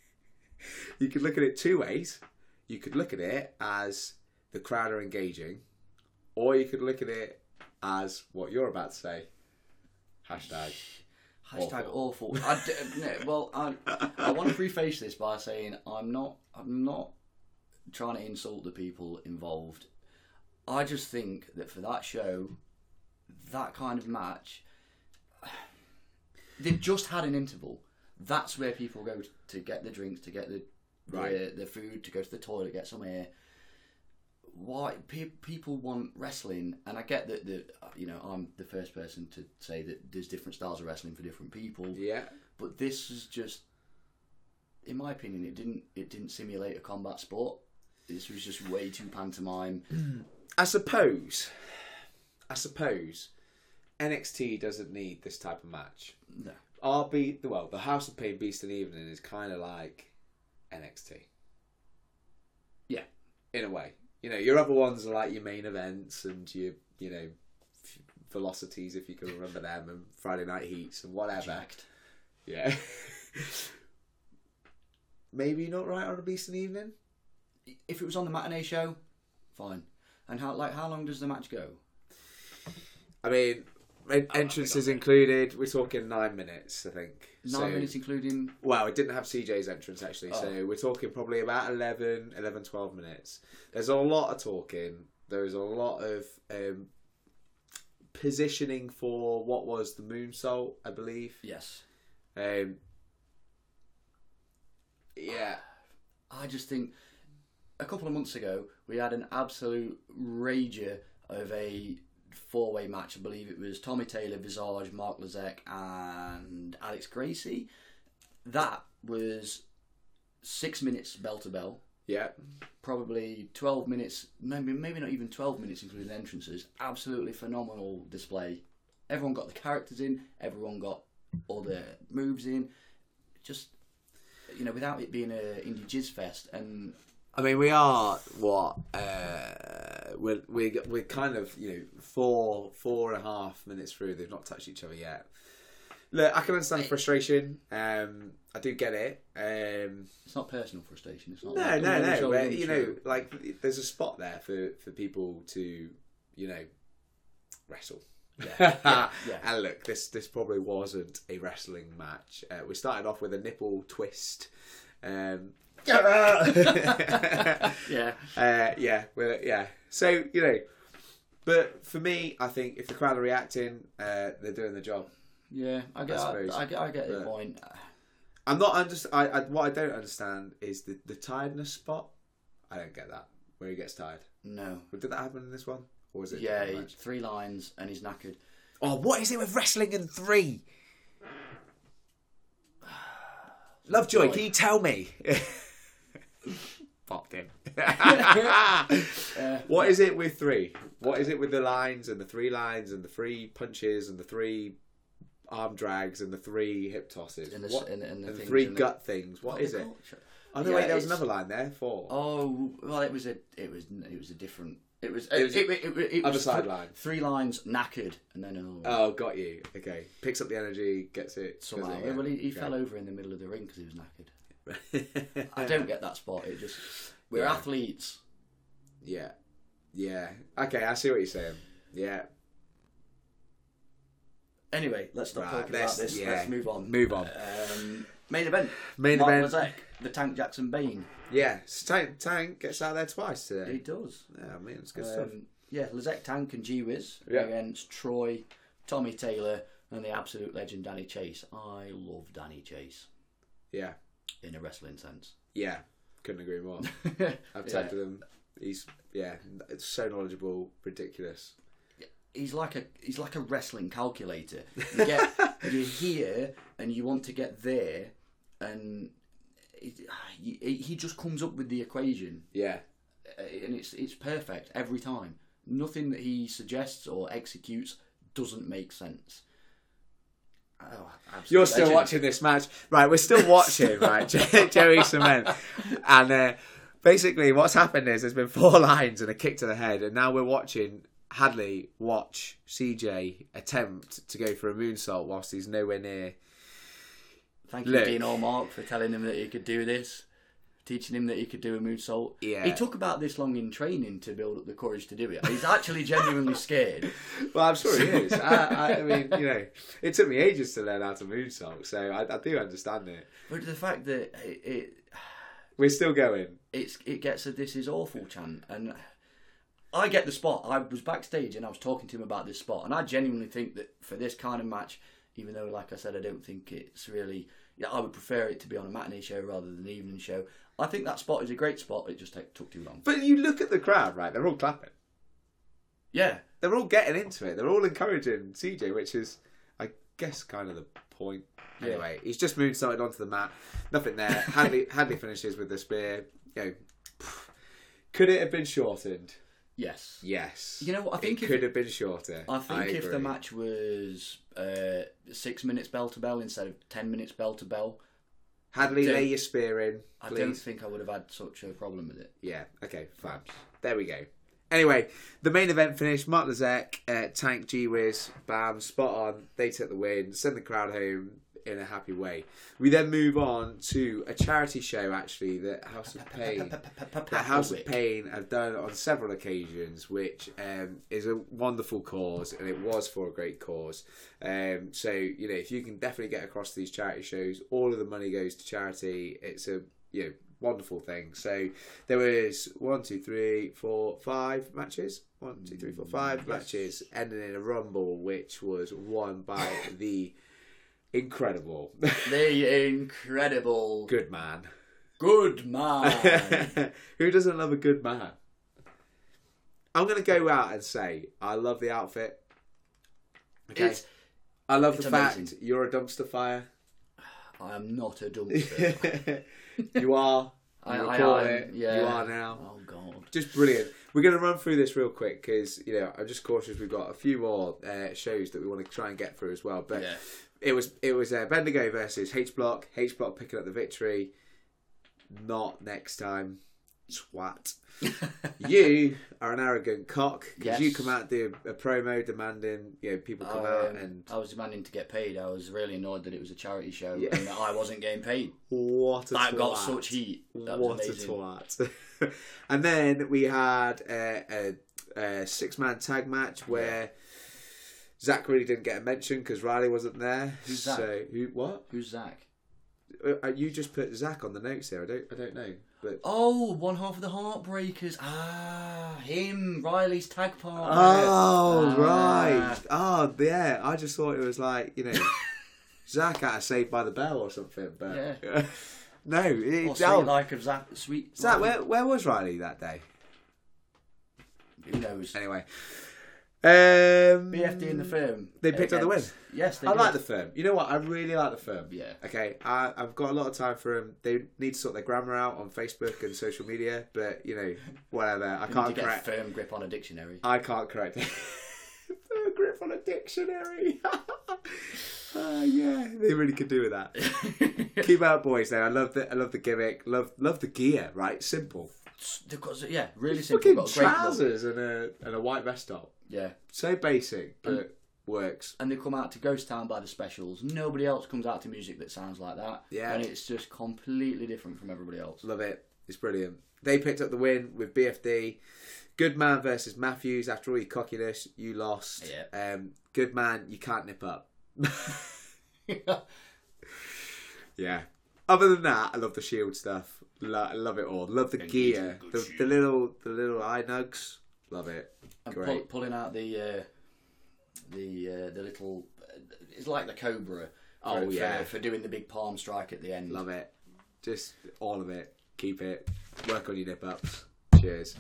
A: you could look at it two ways. You could look at it as the crowd are engaging, or you could look at it as what you're about to say. Hashtag.
B: Hashtag awful. I d- no, well, I, I want to preface this by saying I'm not. I'm not trying to insult the people involved. I just think that for that show, that kind of match, they've just had an interval. That's where people go t- to get the drinks, to get the the,
A: Right.
B: the food, to go to the toilet, get some air. Why pe- people want wrestling, and I get that the you know I'm the first person to say that there's different styles of wrestling for different people,
A: Yeah.
B: but this is just, in my opinion, it didn't it didn't simulate a combat sport. This was just way too pantomime.
A: I suppose. I suppose NXT doesn't need this type of match.
B: No,
A: RB, well, the House of Pain Beast and Evening is kind of like NXT.
B: yeah,
A: in a way. You know, your other ones are like your main events and your, you know, f- velocities if you can remember them, and Friday night heats and whatever.
B: jacked.
A: Yeah. Maybe not right on a decent evening.
B: If it was on the matinee show, fine. And how like how long does the match go?
A: I mean, en- entrances included. We're talking nine minutes, I think.
B: Nine
A: So-
B: minutes, including
A: Well, it didn't have CJ's entrance actually, so
B: Oh.
A: we're talking probably about 11, 11, 12 minutes. There's a lot of talking. There is a lot of um, positioning for what was the moonsault, I believe.
B: yes.
A: Um, yeah,
B: I just think a couple of months ago we had an absolute rager of a four-way match. I believe it was Tommy Taylor, Visage, Mark Lazek, and Alex Gracie. That was six minutes bell to bell,
A: yeah,
B: probably twelve minutes, maybe maybe not even twelve minutes including entrances. Absolutely phenomenal display. Everyone got the characters in. Everyone got all their moves in. Just you know, without it being a indie jizz fest and
A: I mean, we are what uh, we're we're we're kind of you know four four and a half minutes through. They've not touched each other yet. Look, I can understand the frustration. Um, I do get it. Um,
B: It's not personal frustration. It's not.
A: no,
B: like,
A: no,
B: "Oh,
A: no.
B: show,
A: Where,
B: oh,
A: you
B: show."
A: know, like there's a spot there for for people to you know wrestle.
B: yeah.
A: and look, this this probably wasn't a wrestling match. Uh, we started off with a nipple twist. Um,
B: yeah,
A: Uh, yeah, well, yeah. So you know, but for me, I think if the crowd are reacting, uh, they're doing the job.
B: yeah. I get.
A: I
B: I,
A: suppose.
B: I, get. I get the
A: But-
B: point.
A: I'm not under. I, I what I don't understand is the the tiredness spot. I don't get that where he gets tired.
B: No.
A: But did that happen in this one, or was it? a
B: Yeah,
A: different
B: he-
A: match?
B: three lines and he's knackered.
A: Oh, what is it with wrestling and three? Lovejoy, can you tell me? Popped him. what is it with three? What is it with the lines and the three lines and the three punches and the three arm drags and the three hip tosses.
B: And the,
A: What-
B: and, and
A: and
B: the,
A: the
B: things
A: three
B: in the-
A: gut things. What is it? Oh no,
B: Yeah,
A: wait, there was
B: it's-
A: another line there. Four.
B: Oh well, it was a it was it was a different. It was
A: It was-
B: it, it, it, it
A: other
B: was
A: side
B: thr-
A: line.
B: Three lines knackered, and then another one.
A: Oh, got you. Okay, picks up the energy, gets it. goes
B: somehow.
A: out
B: Yeah,
A: there.
B: well, he, he
A: Okay.
B: fell over in the middle of the ring because he was knackered. I don't get that spot. It just we're
A: Yeah.
B: athletes.
A: yeah, yeah. Okay, I see what you're saying. Yeah,
B: Anyway, let's stop
A: Right,
B: talking
A: let's-
B: about this.
A: yeah.
B: Let's move on.
A: Move on.
B: Um, main event.
A: Main
B: Mark
A: event.
B: Mozek, the Tank Jackson Bain.
A: yeah. So Tank, Tank gets out there twice
B: He
A: today.
B: does.
A: Yeah, I mean it's good stuff.
B: Um, yeah, Lazek Tank and G Wiz
A: Yeah.
B: against Troy, Tommy Taylor, and the absolute legend Danny Chase. I love Danny Chase
A: Yeah,
B: in a wrestling sense.
A: yeah. Couldn't agree more. I've
B: Yeah.
A: tagged him. He's yeah, it's so knowledgeable, ridiculous.
B: he's like a he's like a wrestling calculator. You get you're here and you want to get there, and it, he, he just comes up with the equation,
A: Yeah,
B: uh, and it's it's perfect every time. Nothing that he suggests or executes doesn't make sense. Oh, absolute
A: You're still
B: legend.
A: watching this match, right? We're still watching, right? Joey Cement, and uh, basically, what's happened is there's been four lines and a kick to the head, and now we're watching Hadley watch CJ attempt to go for a moonsault whilst he's nowhere near.
B: Thank you,
A: Look.
B: Dean Allmark, for telling him that he could do this, teaching him that he could do a moonsault.
A: Yeah.
B: He took about this long in training to build up the courage to do it. He's actually genuinely scared.
A: Well, I'm sure he is. I, I, I mean, you know, it took me ages to learn how to moonsault, so I, I do understand it.
B: But the fact that it, it
A: We're still going.
B: it's it gets a this is awful chant and I get the spot. I was backstage and I was talking to him about this spot and I genuinely think that for this kind of match, even though like I said I don't think it's really yeah, I would prefer it to be on a matinee show rather than an evening show. I think that spot is a great spot, it just take, took too long.
A: But you look at the crowd, right? They're all clapping.
B: Yeah.
A: they're all getting into it. They're all encouraging CJ, which is, I guess, kind of the point.
B: Yeah.
A: Anyway, he's just moved started onto the mat. Nothing there. Hadley, Hadley finishes with the spear. You know, pff. could it have been shortened?
B: Yes.
A: Yes.
B: You know what, I think
A: it
B: if
A: could
B: it-
A: have been shorter.
B: I think if the
A: agree.
B: match was uh, six minutes bell to bell instead of ten minutes bell to bell,
A: Hadley,
B: don't-
A: lay your spear in,
B: I
A: please.
B: don't think I would have had such a problem with it.
A: Yeah. Okay. Fabs. There we go. Anyway, the main event finished. Mark Lazek, uh, Tank G Wiz, bam, spot on. They took the win, send the crowd home in a happy way. We then move on to a charity show, actually, that House of Pain. The House of Pain have done on several occasions, which um, is a wonderful cause, and it was for a great cause. Um, so you know, if you can definitely get across these charity shows, all of the money goes to charity. It's a you know wonderful thing. So there was one, two, three, four, five matches. One, two, three, four, five matches, ending in a rumble, which was won by the incredible
B: The incredible
A: good man.
B: good man.
A: Who doesn't love a good man? I'm going to go out and say I love the outfit. Okay.
B: It's-
A: I love
B: it's
A: the fact
B: amazing.
A: you're a dumpster fire.
B: I am not a dumpster.
A: you are.
B: I-
A: you
B: I
A: call
B: am,
A: it.
B: yeah.
A: You are now.
B: oh God.
A: Just brilliant. We're going to run through this real quick because you know I'm just cautious. We've got a few more uh, shows that we want to try and get through as well. But
B: Yeah.
A: it was it was uh, Bendigo versus H Block. H Block picking up the victory. Not next time, swat. you are an arrogant cock because
B: Yes.
A: you come out and do a promo demanding you know people come out
B: Um,
A: and
B: I was demanding to get paid. I was really annoyed that it was a charity show
A: Yeah.
B: and that I wasn't getting paid.
A: what a
B: That got
A: twat.
B: such heat. That
A: what
B: was
A: a
B: amazing.
A: twat. and then we had a, a, a six man tag
B: Oh,
A: match where Zach really didn't get a mention because Riley wasn't there.
B: Who's Zach?
A: So who what?
B: Who's Zach?
A: Uh, You just put Zach on the notes there. I don't I don't know, but.
B: Oh, one half of the Heartbreakers. Ah, him, Riley's tag partner.
A: Oh
B: Ah.
A: right! Oh yeah, I just thought it was like you know, Zach out of Saved by the Bell or something. But no, it,
B: Or sweet
A: oh,
B: like of Zach. Sweet.
A: Zach,
B: Life
A: where where was Riley that day?
B: of- Who knows?
A: Anyway, um,
B: BFD in the firm.
A: They picked up the win.
B: Against- Yes, they
A: I
B: did.
A: like the firm. You know what? I really like the firm.
B: Yeah.
A: Okay. I, I've got a lot of time for them. They need to sort their grammar out on Facebook and social media, but you know, whatever. I
B: Did you
A: can't
B: get a
A: correct.
B: firm grip on a
A: Uh,
B: dictionary?
A: I can't correct. it. Firm grip on a dictionary. Oh yeah, they really could do with that. Keep out, boys. Though I love the I love the gimmick. Love love the gear. Right, simple.
B: because yeah, really simple.
A: Fucking
B: Got a great look.
A: trousers and a and a white vest top.
B: Yeah,
A: So basic, but works.
B: and they come out to Ghost Town by the Specials. Nobody else comes out to music that sounds like that.
A: Yeah.
B: and it's just completely different from everybody else.
A: Love it. It's brilliant. They picked up the win with BFD. Goodman versus Matthews. After all your cockiness, you lost. Um, Goodman, you can't nip up. Yeah. Other than that, I love the shield stuff. Lo- I love it all. Love the gear.
B: good
A: The, the little the little eye nugs. Love it.
B: and pull,
A: Great.
B: pulling out the uh, the uh, the little it's like the cobra. For,
A: Oh,
B: for-
A: yeah.
B: for, doing the big palm strike at the end.
A: Love it. Just all of it. Keep it. Work on your nip ups. Cheers.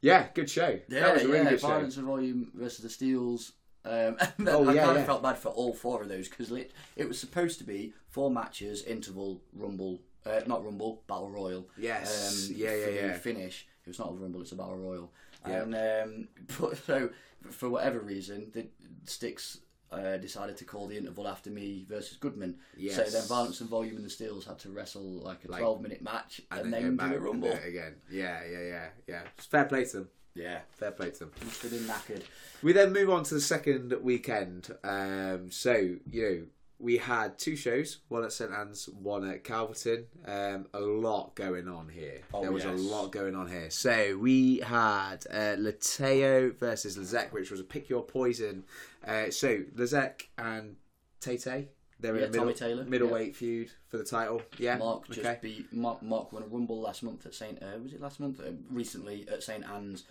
A: Yeah, good show. that
B: Yeah,
A: was a
B: yeah.
A: really good show.
B: Violence and Volume versus the Steels. Um, and then
A: Oh,
B: I
A: yeah,
B: kind
A: yeah.
B: of felt bad for all four of those because it, it was supposed to be four matches, interval, rumble, uh, not rumble, battle royal. Um,
A: Yes. Yeah, yeah,
B: for the
A: yeah.
B: Finish. It was not a rumble; it's a battle royal.
A: Yeah.
B: And um, but so for whatever reason, the sticks. Uh, decided to call the interval after me versus Goodman. So
A: Yes.
B: then Violence and Volume and the Steels had to wrestle like a 12 minute match and,
A: go
B: then
A: back
B: do a
A: and
B: rumble.
A: it again. Yeah, yeah, yeah, yeah. It's fair play to them.
B: Yeah.
A: Fair play to them.
B: Must have been knackered.
A: We then move on to the second weekend. Um, so, you know, we had two shows, one at St Anne's, one at Calverton. Um, a lot going on here. there was
B: Oh, yes.
A: a lot going on here. So we had uh, Lateo versus Lazek, which was a pick your poison. Uh, so Lazek and Tate, they're
B: Yeah,
A: in a middle,
B: Tommy Taylor,
A: middleweight feud for the title. Yeah,
B: Mark just
A: okay.
B: beat Mark, Mark won a rumble last month at Saint. Uh, was it last month? Uh, recently at Saint Anne's,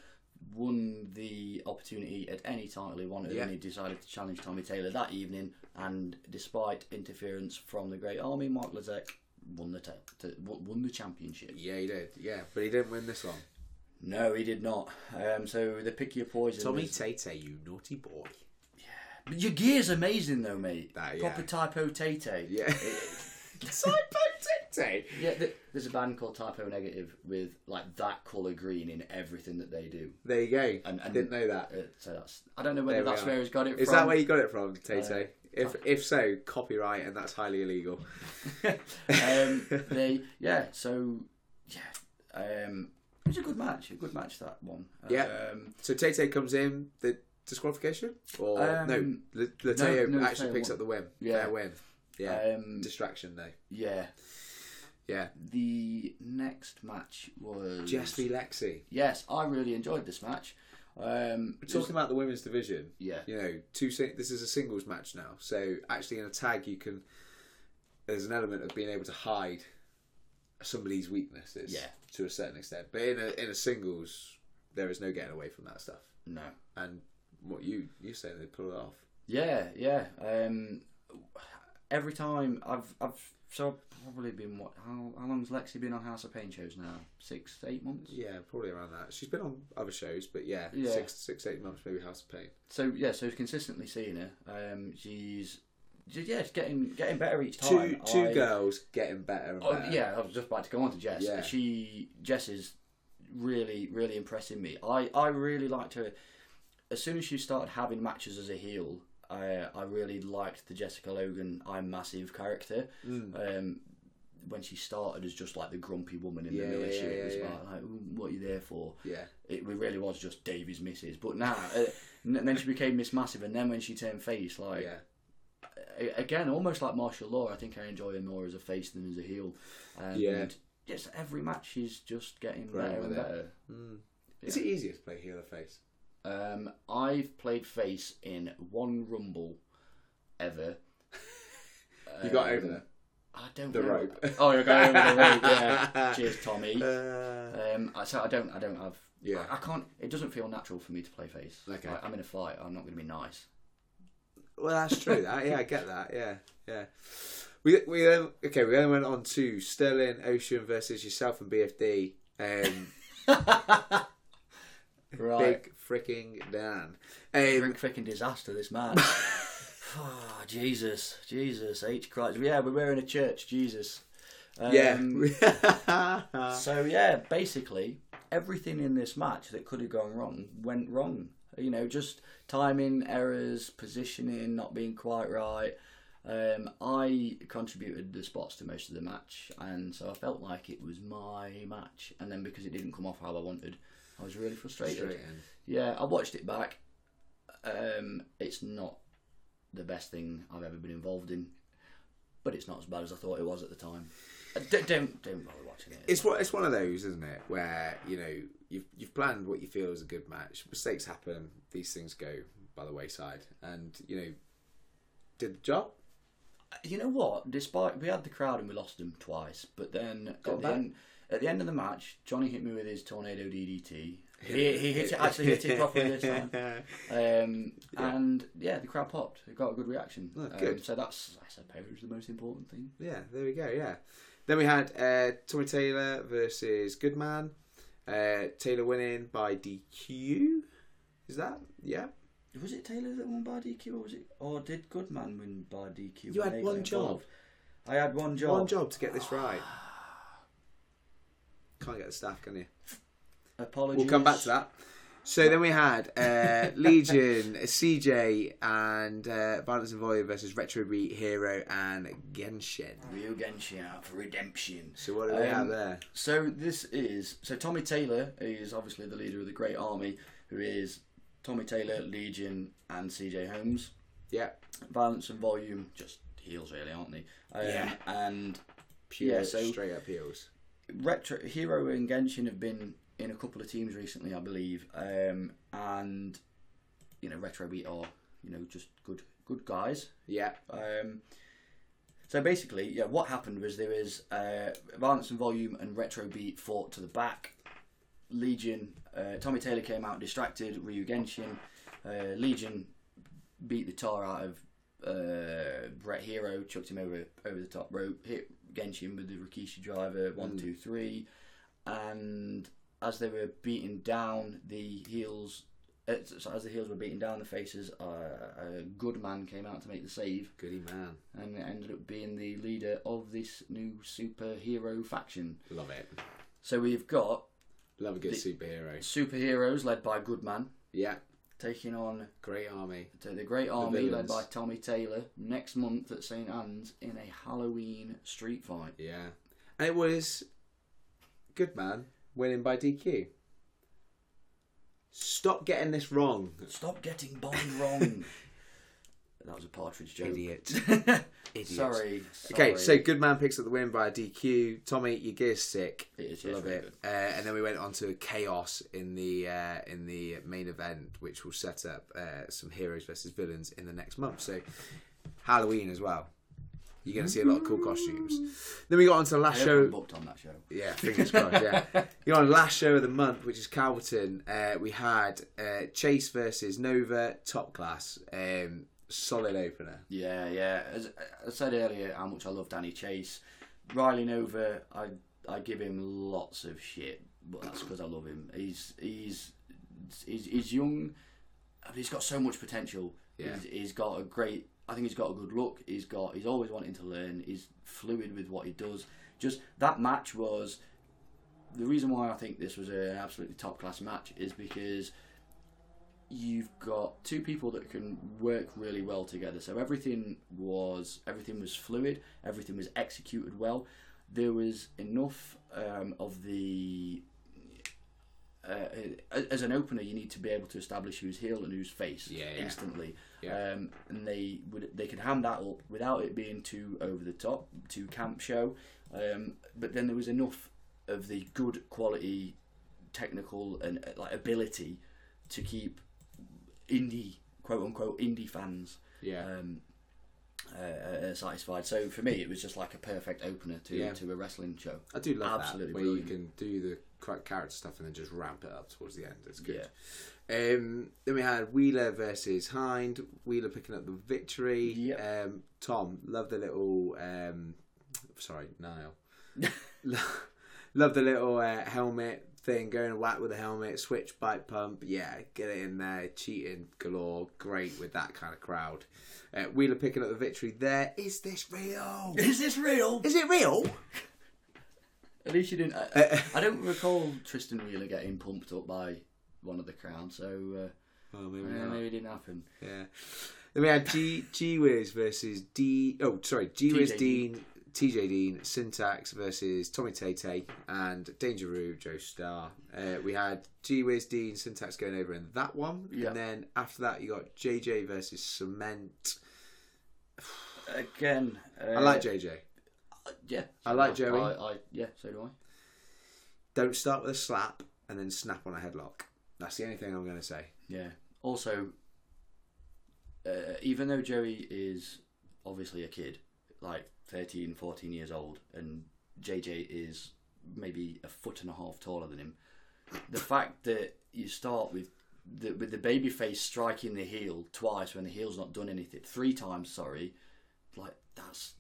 B: won the opportunity at any title he wanted,
A: Yeah.
B: and he decided to challenge Tommy Taylor that evening. And despite interference from the Great Army, Mark Lazek won the ta- t- won the championship.
A: Yeah, he did. Yeah, but he didn't win this one.
B: No, he did not. Um, so the pick your poison.
A: Tommy
B: was-
A: Tate, you naughty boy.
B: But your gear's amazing though, mate.
A: That, Ah, yeah.
B: Proper typo Tate.
A: Yeah. Typo Tate.
B: Yeah, th- there's a band called Typo Negative with like that color green in everything that they do.
A: There you go.
B: And-
A: I
B: and-
A: didn't know that.
B: Uh, so that's I don't know whether
A: There we
B: that's
A: are.
B: where he's got it
A: Is
B: from.
A: that where you got it from, Tate? if if so, copyright, and that's highly illegal.
B: um, they yeah. So yeah, um, it was a good match. A good match that one.
A: Yeah.
B: Um,
A: So Tate comes in the disqualification, or no?
B: Um,
A: L- Lateo
B: no, no,
A: actually
B: Lateo
A: picks
B: won.
A: up the win.
B: Yeah.
A: Fair win. Yeah.
B: um,
A: Distraction though.
B: yeah.
A: Yeah.
B: The next match was
A: Jess v Lexi.
B: yes. I really enjoyed this match. Um, it was-
A: Talking about the women's division.
B: yeah.
A: you know, two. Sing- this is a singles match now, so actually in a tag you can. There's an element of being able to hide somebody's weaknesses,
B: Yeah.
A: to a certain extent. But in a in a singles, there is no getting away from that stuff.
B: No.
A: And what you you saying they pull it off?
B: Yeah, yeah. Um, every time I've I've so I've probably been what how how long's Lexi been on House of Pain shows now? Six eight months.
A: Yeah, probably around that. She's been on other shows, but yeah,
B: Yeah.
A: six six eight months maybe House of Pain.
B: So yeah, so consistently seeing her. Um, she's she- yeah, she's getting getting better each
A: Two
B: time.
A: two
B: Oh, I-
A: girls getting better and
B: Oh,
A: better.
B: yeah, I was just about to go on to Jess.
A: Yeah.
B: She Jess is really really impressing me. I I really liked her. As soon as she started having matches as a heel, I I really liked the Jessica Logan I'm massive character.
A: Mm.
B: Um, when she started as just like the grumpy woman in
A: Yeah,
B: the middle,
A: yeah,
B: she
A: yeah,
B: was
A: yeah.
B: like, like, "Ooh, "What are you there for?"
A: yeah.
B: it really was just Davy's misses. But now, uh, and then she became Miss Massive, and then when she turned face, like
A: Yeah.
B: a- again, almost like martial law. I think I enjoy her more as a face than as a heel. Um, And
A: Yeah.
B: Just every match, she's just getting
A: Growing
B: better and
A: with it.
B: better.
A: Hmm. Is it easier to play heel or face?
B: Um, I've played face in one rumble ever.
A: You got
B: Um,
A: over there.
B: I don't
A: The
B: know.
A: rope.
B: Oh, you got over the rope. Yeah. Cheers, Tommy.
A: Uh,
B: Um, I- so I don't, I don't have.
A: Yeah.
B: I, I can't. It doesn't feel natural for me to play face.
A: Okay.
B: Like, I'm in a fight. I'm not going to be nice.
A: Well, that's true. That yeah, I get that. Yeah, yeah. We we then okay. We then went on to Sterling Ocean versus yourself and BFD. Um,
B: Right.
A: big freaking Dan. Um,
B: Drink freaking disaster, this man. oh, Jesus, Jesus, H Christ. Yeah, we were in a church, Jesus. Um,
A: yeah.
B: So yeah, basically everything in this match that could have gone wrong went wrong. You know, just timing errors, positioning not being quite right. Um, I contributed the spots to most of the match, and so I felt like it was my match. And then because it didn't come off how I wanted, I was really frustrated.
A: in.
B: Yeah, I watched it back. Um, it's not the best thing I've ever been involved in, but it's not as bad as I thought it was at the time. Uh, Don't don't, don't bother watching it.
A: It's what it's one of those, isn't it? Where you know you've you've planned what you feel is a good match. Mistakes happen. These things go by the wayside, and you know did the job.
B: You know what? Despite we had the crowd and we lost them twice, but then
A: Got
B: at the,
A: back.
B: end, at the end of the match, Johnny hit me with his tornado DDT. He, he hit it, actually hit it properly this time. Um, And yeah, the crowd popped. It got a good reaction.
A: Oh,
B: Um,
A: good.
B: so that's, I suppose, the most important thing.
A: Yeah, there we go. Yeah. Then we had uh, Tommy Taylor versus Goodman. Uh, Taylor winning by DQ. Is that yeah?
B: Was it Taylor that won by DQ, or was it, or did Goodman win by DQ?
A: You
B: Were
A: had
B: they
A: one job.
B: involved? I had one job.
A: One job to get this right. Can't get the staff, can you?
B: Apologies.
A: We'll come back to that. So then we had uh, Legion, CJ, and uh, Violence and Volley versus Retro Beat, Hero, and Genshin.
B: Ryu Genshin out for redemption.
A: So what do we have
B: Um,
A: there?
B: So this is so Tommy Taylor is obviously the leader of the Great Army, who is Tommy Taylor, Legion, and C.J. Holmes.
A: Yeah,
B: Violence and volume, just heels really, aren't they? Um,
A: Yeah.
B: And
A: pure
B: Yeah, so-
A: straight up heels.
B: retro hero and genshin have been in a couple of teams recently i believe um and you know retro beat are you know just good good guys
A: Yeah,
B: um so basically yeah what happened was there was uh violence and volume and retro beat fought to the back legion uh, tommy taylor came out distracted ryu genshin uh, legion beat the tar out of uh, Brett Hero, chucked him over over the top rope, hit Genshin with the Rikishi driver, one, two, three, and as they were beating down the heels, uh, so as the heels were beating down the faces, uh, a good man came out to make the save,
A: goody man,
B: and it ended up being the leader of this new superhero faction.
A: love it.
B: So we've got
A: Love a good superhero.
B: superheroes led by Goodman
A: Yeah,
B: taking on
A: great army.
B: So the Great Army, led
A: villains.
B: by Tommy Taylor, next month at St Anne's in a Halloween street fight.
A: Yeah, and it was Goodman winning by DQ. Stop getting this wrong,
B: Stop getting Bond wrong. that was a partridge joke.
A: idiot. Idiot.
B: Sorry,
A: Okay, so
B: sorry.
A: Goodman picks up the win via DQ. Tommy, your gear's sick.
B: It is, yes,
A: Love
B: really
A: it. Uh, and then we went on to chaos in the uh, in the main event, which will set up uh, some heroes versus villains in the next month. So Halloween as well. You're going to see a lot of cool costumes. Then we got on to the
B: I
A: last
B: hope
A: show.
B: I'm booked on that show.
A: Yeah, fingers crossed. Yeah, you're on last show of the month, which is Calverton. Uh, we had uh, Chase versus Nova, top class, um, solid opener.
B: Yeah, yeah. As I said earlier, how much I love Danny Chase. Riley Nova, I I give him lots of shit, but that's because I love him. He's he's he's, he's young, but he's got so much potential.
A: Yeah.
B: He's, he's got a great. I think he's got a good look. He's got. He's always wanting to learn. He's fluid with what he does. Just that match was the reason why I think this was an absolutely top class match is because you've got two people that can work really well together. So everything was everything was fluid, everything was executed well. There was enough um, of the uh, as an opener, you need to be able to establish who's heel and who's face
A: Yeah, yeah.
B: instantly.
A: Yeah.
B: Um, and they would they could hand that up without it being too over the top, too camp show. Um, but then there was enough of the good quality technical and uh, like ability to keep indie quote unquote indie fans
A: Yeah.
B: um, uh, uh, satisfied. So for me, it was just like a perfect opener to
A: Yeah.
B: to a wrestling show.
A: I do love
B: Absolutely
A: that where
B: brilliant.
A: you can do the correct character stuff and then just ramp it up towards the end. It's good.
B: Yeah.
A: Um, then we had Wheeler versus Hind. Wheeler picking up the victory.
B: Yep.
A: Um, Tom, love the little. Um, sorry, Niall. love the little uh, helmet thing. Going whack with the helmet. Switch bike pump. Yeah, get it in there. Cheating galore. Great with that kind of crowd. Uh, Wheeler picking up the victory there. Is this real?
B: Is this real?
A: Is it real?
B: At least you didn't.
A: uh,
B: I, I- I don't recall Tristan Wheeler getting pumped up by one of the crown, so uh,
A: Oh, maybe
B: yeah, maybe it didn't happen.
A: Yeah. Then we had G G Wiz versus D. Oh, sorry, G Wiz
B: TJ
A: Dean, TJ Dean, Syntax versus Tommy Tay Tay and Danger Roo, Joe Starr. Uh, we had G Wiz Dean, Syntax going over in that one,
B: Yeah.
A: and then after that you got JJ versus Cement.
B: Again, uh,
A: I like JJ.
B: yeah,
A: I like Joey.
B: I, I, yeah, so do I.
A: Don't start with a slap and then snap on a headlock. That's the only thing I'm going to say.
B: Yeah. Also, uh, even though Joey is obviously a kid, like 13, 14 years old, and JJ is maybe a foot and a half taller than him, the fact that you start with the, with the baby face striking the heel twice when the heel's not done anything, three times, sorry, like that's.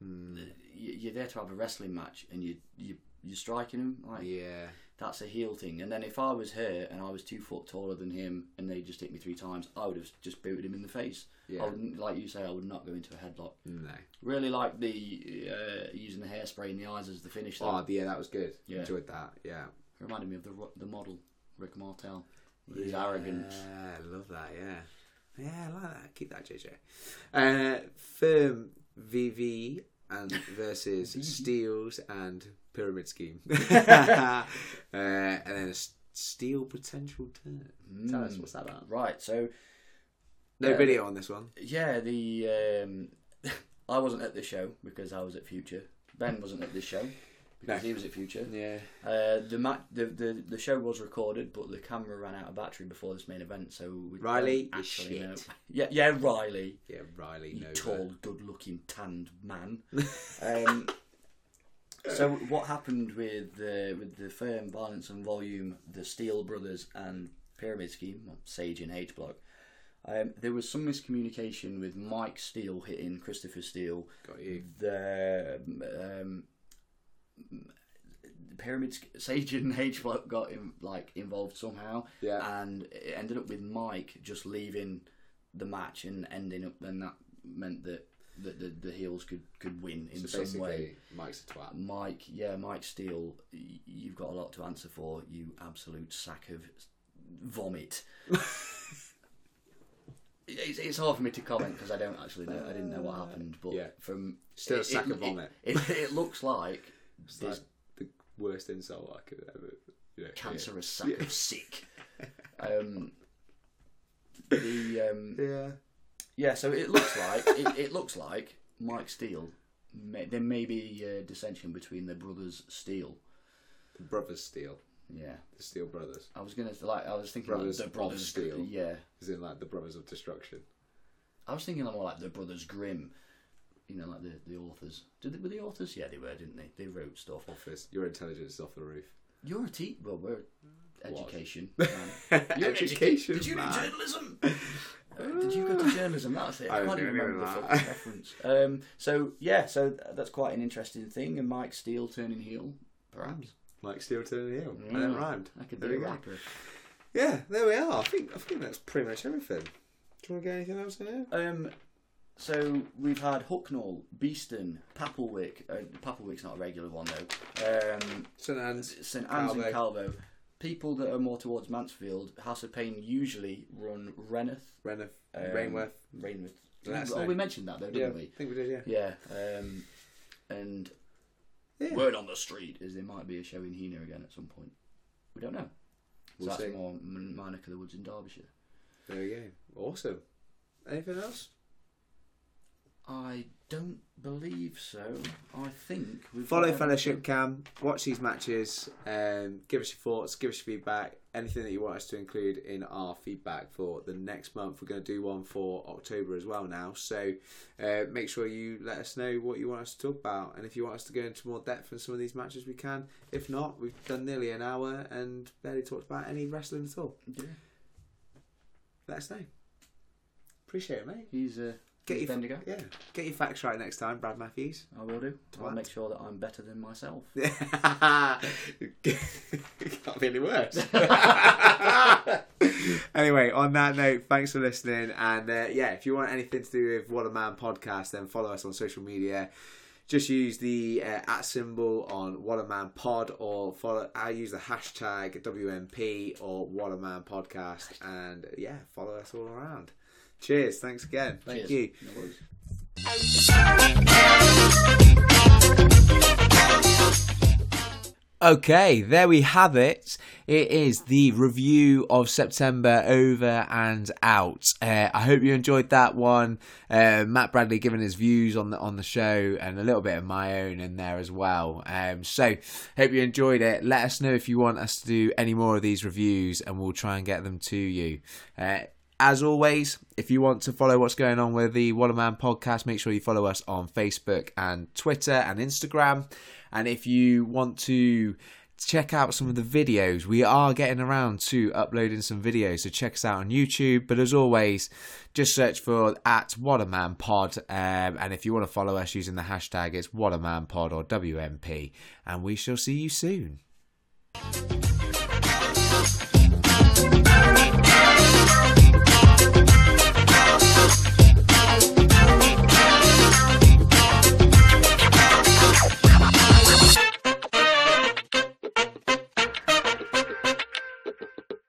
B: you- You're there to have a wrestling match, and you you you're striking him. Like
A: Yeah.
B: that's a heel thing. And then if I was her and I was two foot taller than him and they just hit me three times, I would have just booted him in the face.
A: Yeah.
B: I wouldn't, like you say, I would not go into a headlock.
A: No.
B: Really like the uh, using the hairspray in the eyes as the finish. Though.
A: Oh, yeah, that was good.
B: Yeah.
A: Enjoyed that. Yeah.
B: It reminded me of the ro- the model Rick Martel. with His arrogance.
A: Yeah, I love that. Yeah, yeah, I like that. Keep that, JJ. Uh, firm VV and versus Steels and Pyramid Scheme, uh, and then a s- Steel potential turn. Tell us what's that about.
B: Right. So
A: No video on this one.
B: yeah, the um, I wasn't at the show because I was at Future. Ben wasn't at this show because he was at Future.
A: Yeah,
B: Uh, the, ma- the the the show was recorded, but the camera ran out of battery before this main event, so we don't
A: Riley, you
B: actually
A: shit.
B: know. Yeah, yeah, Riley,
A: yeah. Riley,
B: you
A: no
B: tall, good-looking, tanned man. um, so what happened with the with the firm violence and volume, the Steel Brothers and Pyramid Scheme, well, Sage and H Block? Um, there was some miscommunication with Mike Steele hitting Christopher Steele
A: Got you.
B: the um, the pyramids Sage and H Block got in, like involved somehow,
A: Yeah.
B: and it ended up with Mike just leaving the match and ending up. Then that meant that that the, the heels could could win in
A: So
B: some way.
A: basically, Mike's a twat.
B: Mike, yeah, Mike Steele, y- you've got a lot to answer for. You absolute sack of vomit. it's, it's hard for me to comment because I don't actually know. I didn't know what happened, but
A: Uh, Yeah.
B: from
A: Still a
B: it-
A: sack
B: it-
A: of vomit.
B: It, it, it looks like
A: It's
B: this
A: like the worst insult I could ever. You know,
B: cancerous sack of sick. Um, the um,
A: Yeah. yeah.
B: Yeah, so it looks like it, it looks like Mike Steele. May, there may be uh, dissension between the brothers Steele.
A: The brothers Steel,
B: Yeah,
A: the Steel brothers,
B: I was gonna like I was thinking
A: Brothers
B: like
A: of
B: the brothers
A: Steel.
B: Yeah,
A: as in like the brothers of destruction.
B: I was thinking more like the brothers Grimm. You know, like the, the authors. Did they, were the authors? Yeah, they were, didn't they? They wrote stuff.
A: Office, your intelligence is off the roof.
B: You're a teacher. Well, we're education. man. You're an edu-
A: Education.
B: Did you do
A: man.
B: journalism? Uh, Did you go to journalism? That's it. I,
A: I
B: can't
A: don't
B: even
A: know
B: remember the
A: that.
B: fucking reference. Um, so yeah, so th- that's quite an interesting thing. And Mike Steele turning heel, perhaps.
A: Mike Steele turning heel. And it rhymed.
B: Mm. I could
A: There
B: be a
A: we go.
B: rapper.
A: Yeah, there we are. I think I think that's pretty much everything. Do you want to get anything else in here?
B: Um, so we've had Hucknall, Beeston, Papplewick. Uh, Papplewick's not a regular one though. Um,
A: St. Anne's.
B: St Anne's and
A: Calvo.
B: Calvo. People that are more towards Mansfield, House of Pain usually run Reneth,
A: Reneth.
B: um,
A: Rainworth.
B: Rainworth.
A: That's
B: Oh,
A: nice.
B: we mentioned that though,
A: Yeah,
B: didn't
A: I think we did, yeah.
B: we? Yeah. Um, and
A: Yeah.
B: word on the street is there might be a show in Hena again at some point. We don't know. So
A: We'll
B: that's
A: see.
B: more m- my neck of the woods in Derbyshire.
A: There we go. Awesome. Anything else?
B: I don't believe so. I think we've
A: Follow
B: got
A: Fellowship Cam, watch these matches, um, give us your thoughts, give us your feedback, anything that you want us to include in our feedback for the next month. We're going to do one for October as well now, so uh, make sure you let us know what you want us to talk about. And if you want us to go into more depth on some of these matches, we can. If not, we've done nearly an hour and barely talked about any wrestling at all.
B: everything. Yeah.
A: Let us know. Appreciate it, mate.
B: He's uh,
A: Get
B: he's
A: your-
B: Bendigo.
A: Yeah, get your facts right next time, Brad Matthews.
B: I will do. I'll
A: Twat.
B: make sure that I'm better than myself.
A: Can't be any worse. anyway, on that note, thanks for listening. And uh, yeah, if you want anything to do with What a Man podcast, then follow us on social media. Just use the uh, at symbol on What a Man Pod, or follow. I use the hashtag WMP or What a Man Podcast, and yeah, follow us all around.
C: Cheers. Thanks again. Thank
B: Cheers.
C: you.
B: No worries.
A: Okay, there we have it. It is the review of September over and out. Uh, I hope you enjoyed that one. Uh, Matt Bradley giving his views on the on the show and a little bit of my own in there as well. Um, so hope you enjoyed it. Let us know if you want us to do any more of these reviews, and we'll try and get them to you. Uh, as always, if you want to follow what's going on with the Waller Man podcast, make sure you follow us on Facebook and Twitter and Instagram. And if you want to check out some of the videos, we are getting around to uploading some videos. So check us out on YouTube. But as always, just search for at Waterman Pod. Um, and if you want to follow us using the hashtag, it's Waterman Pod or WMP. And we shall see you soon.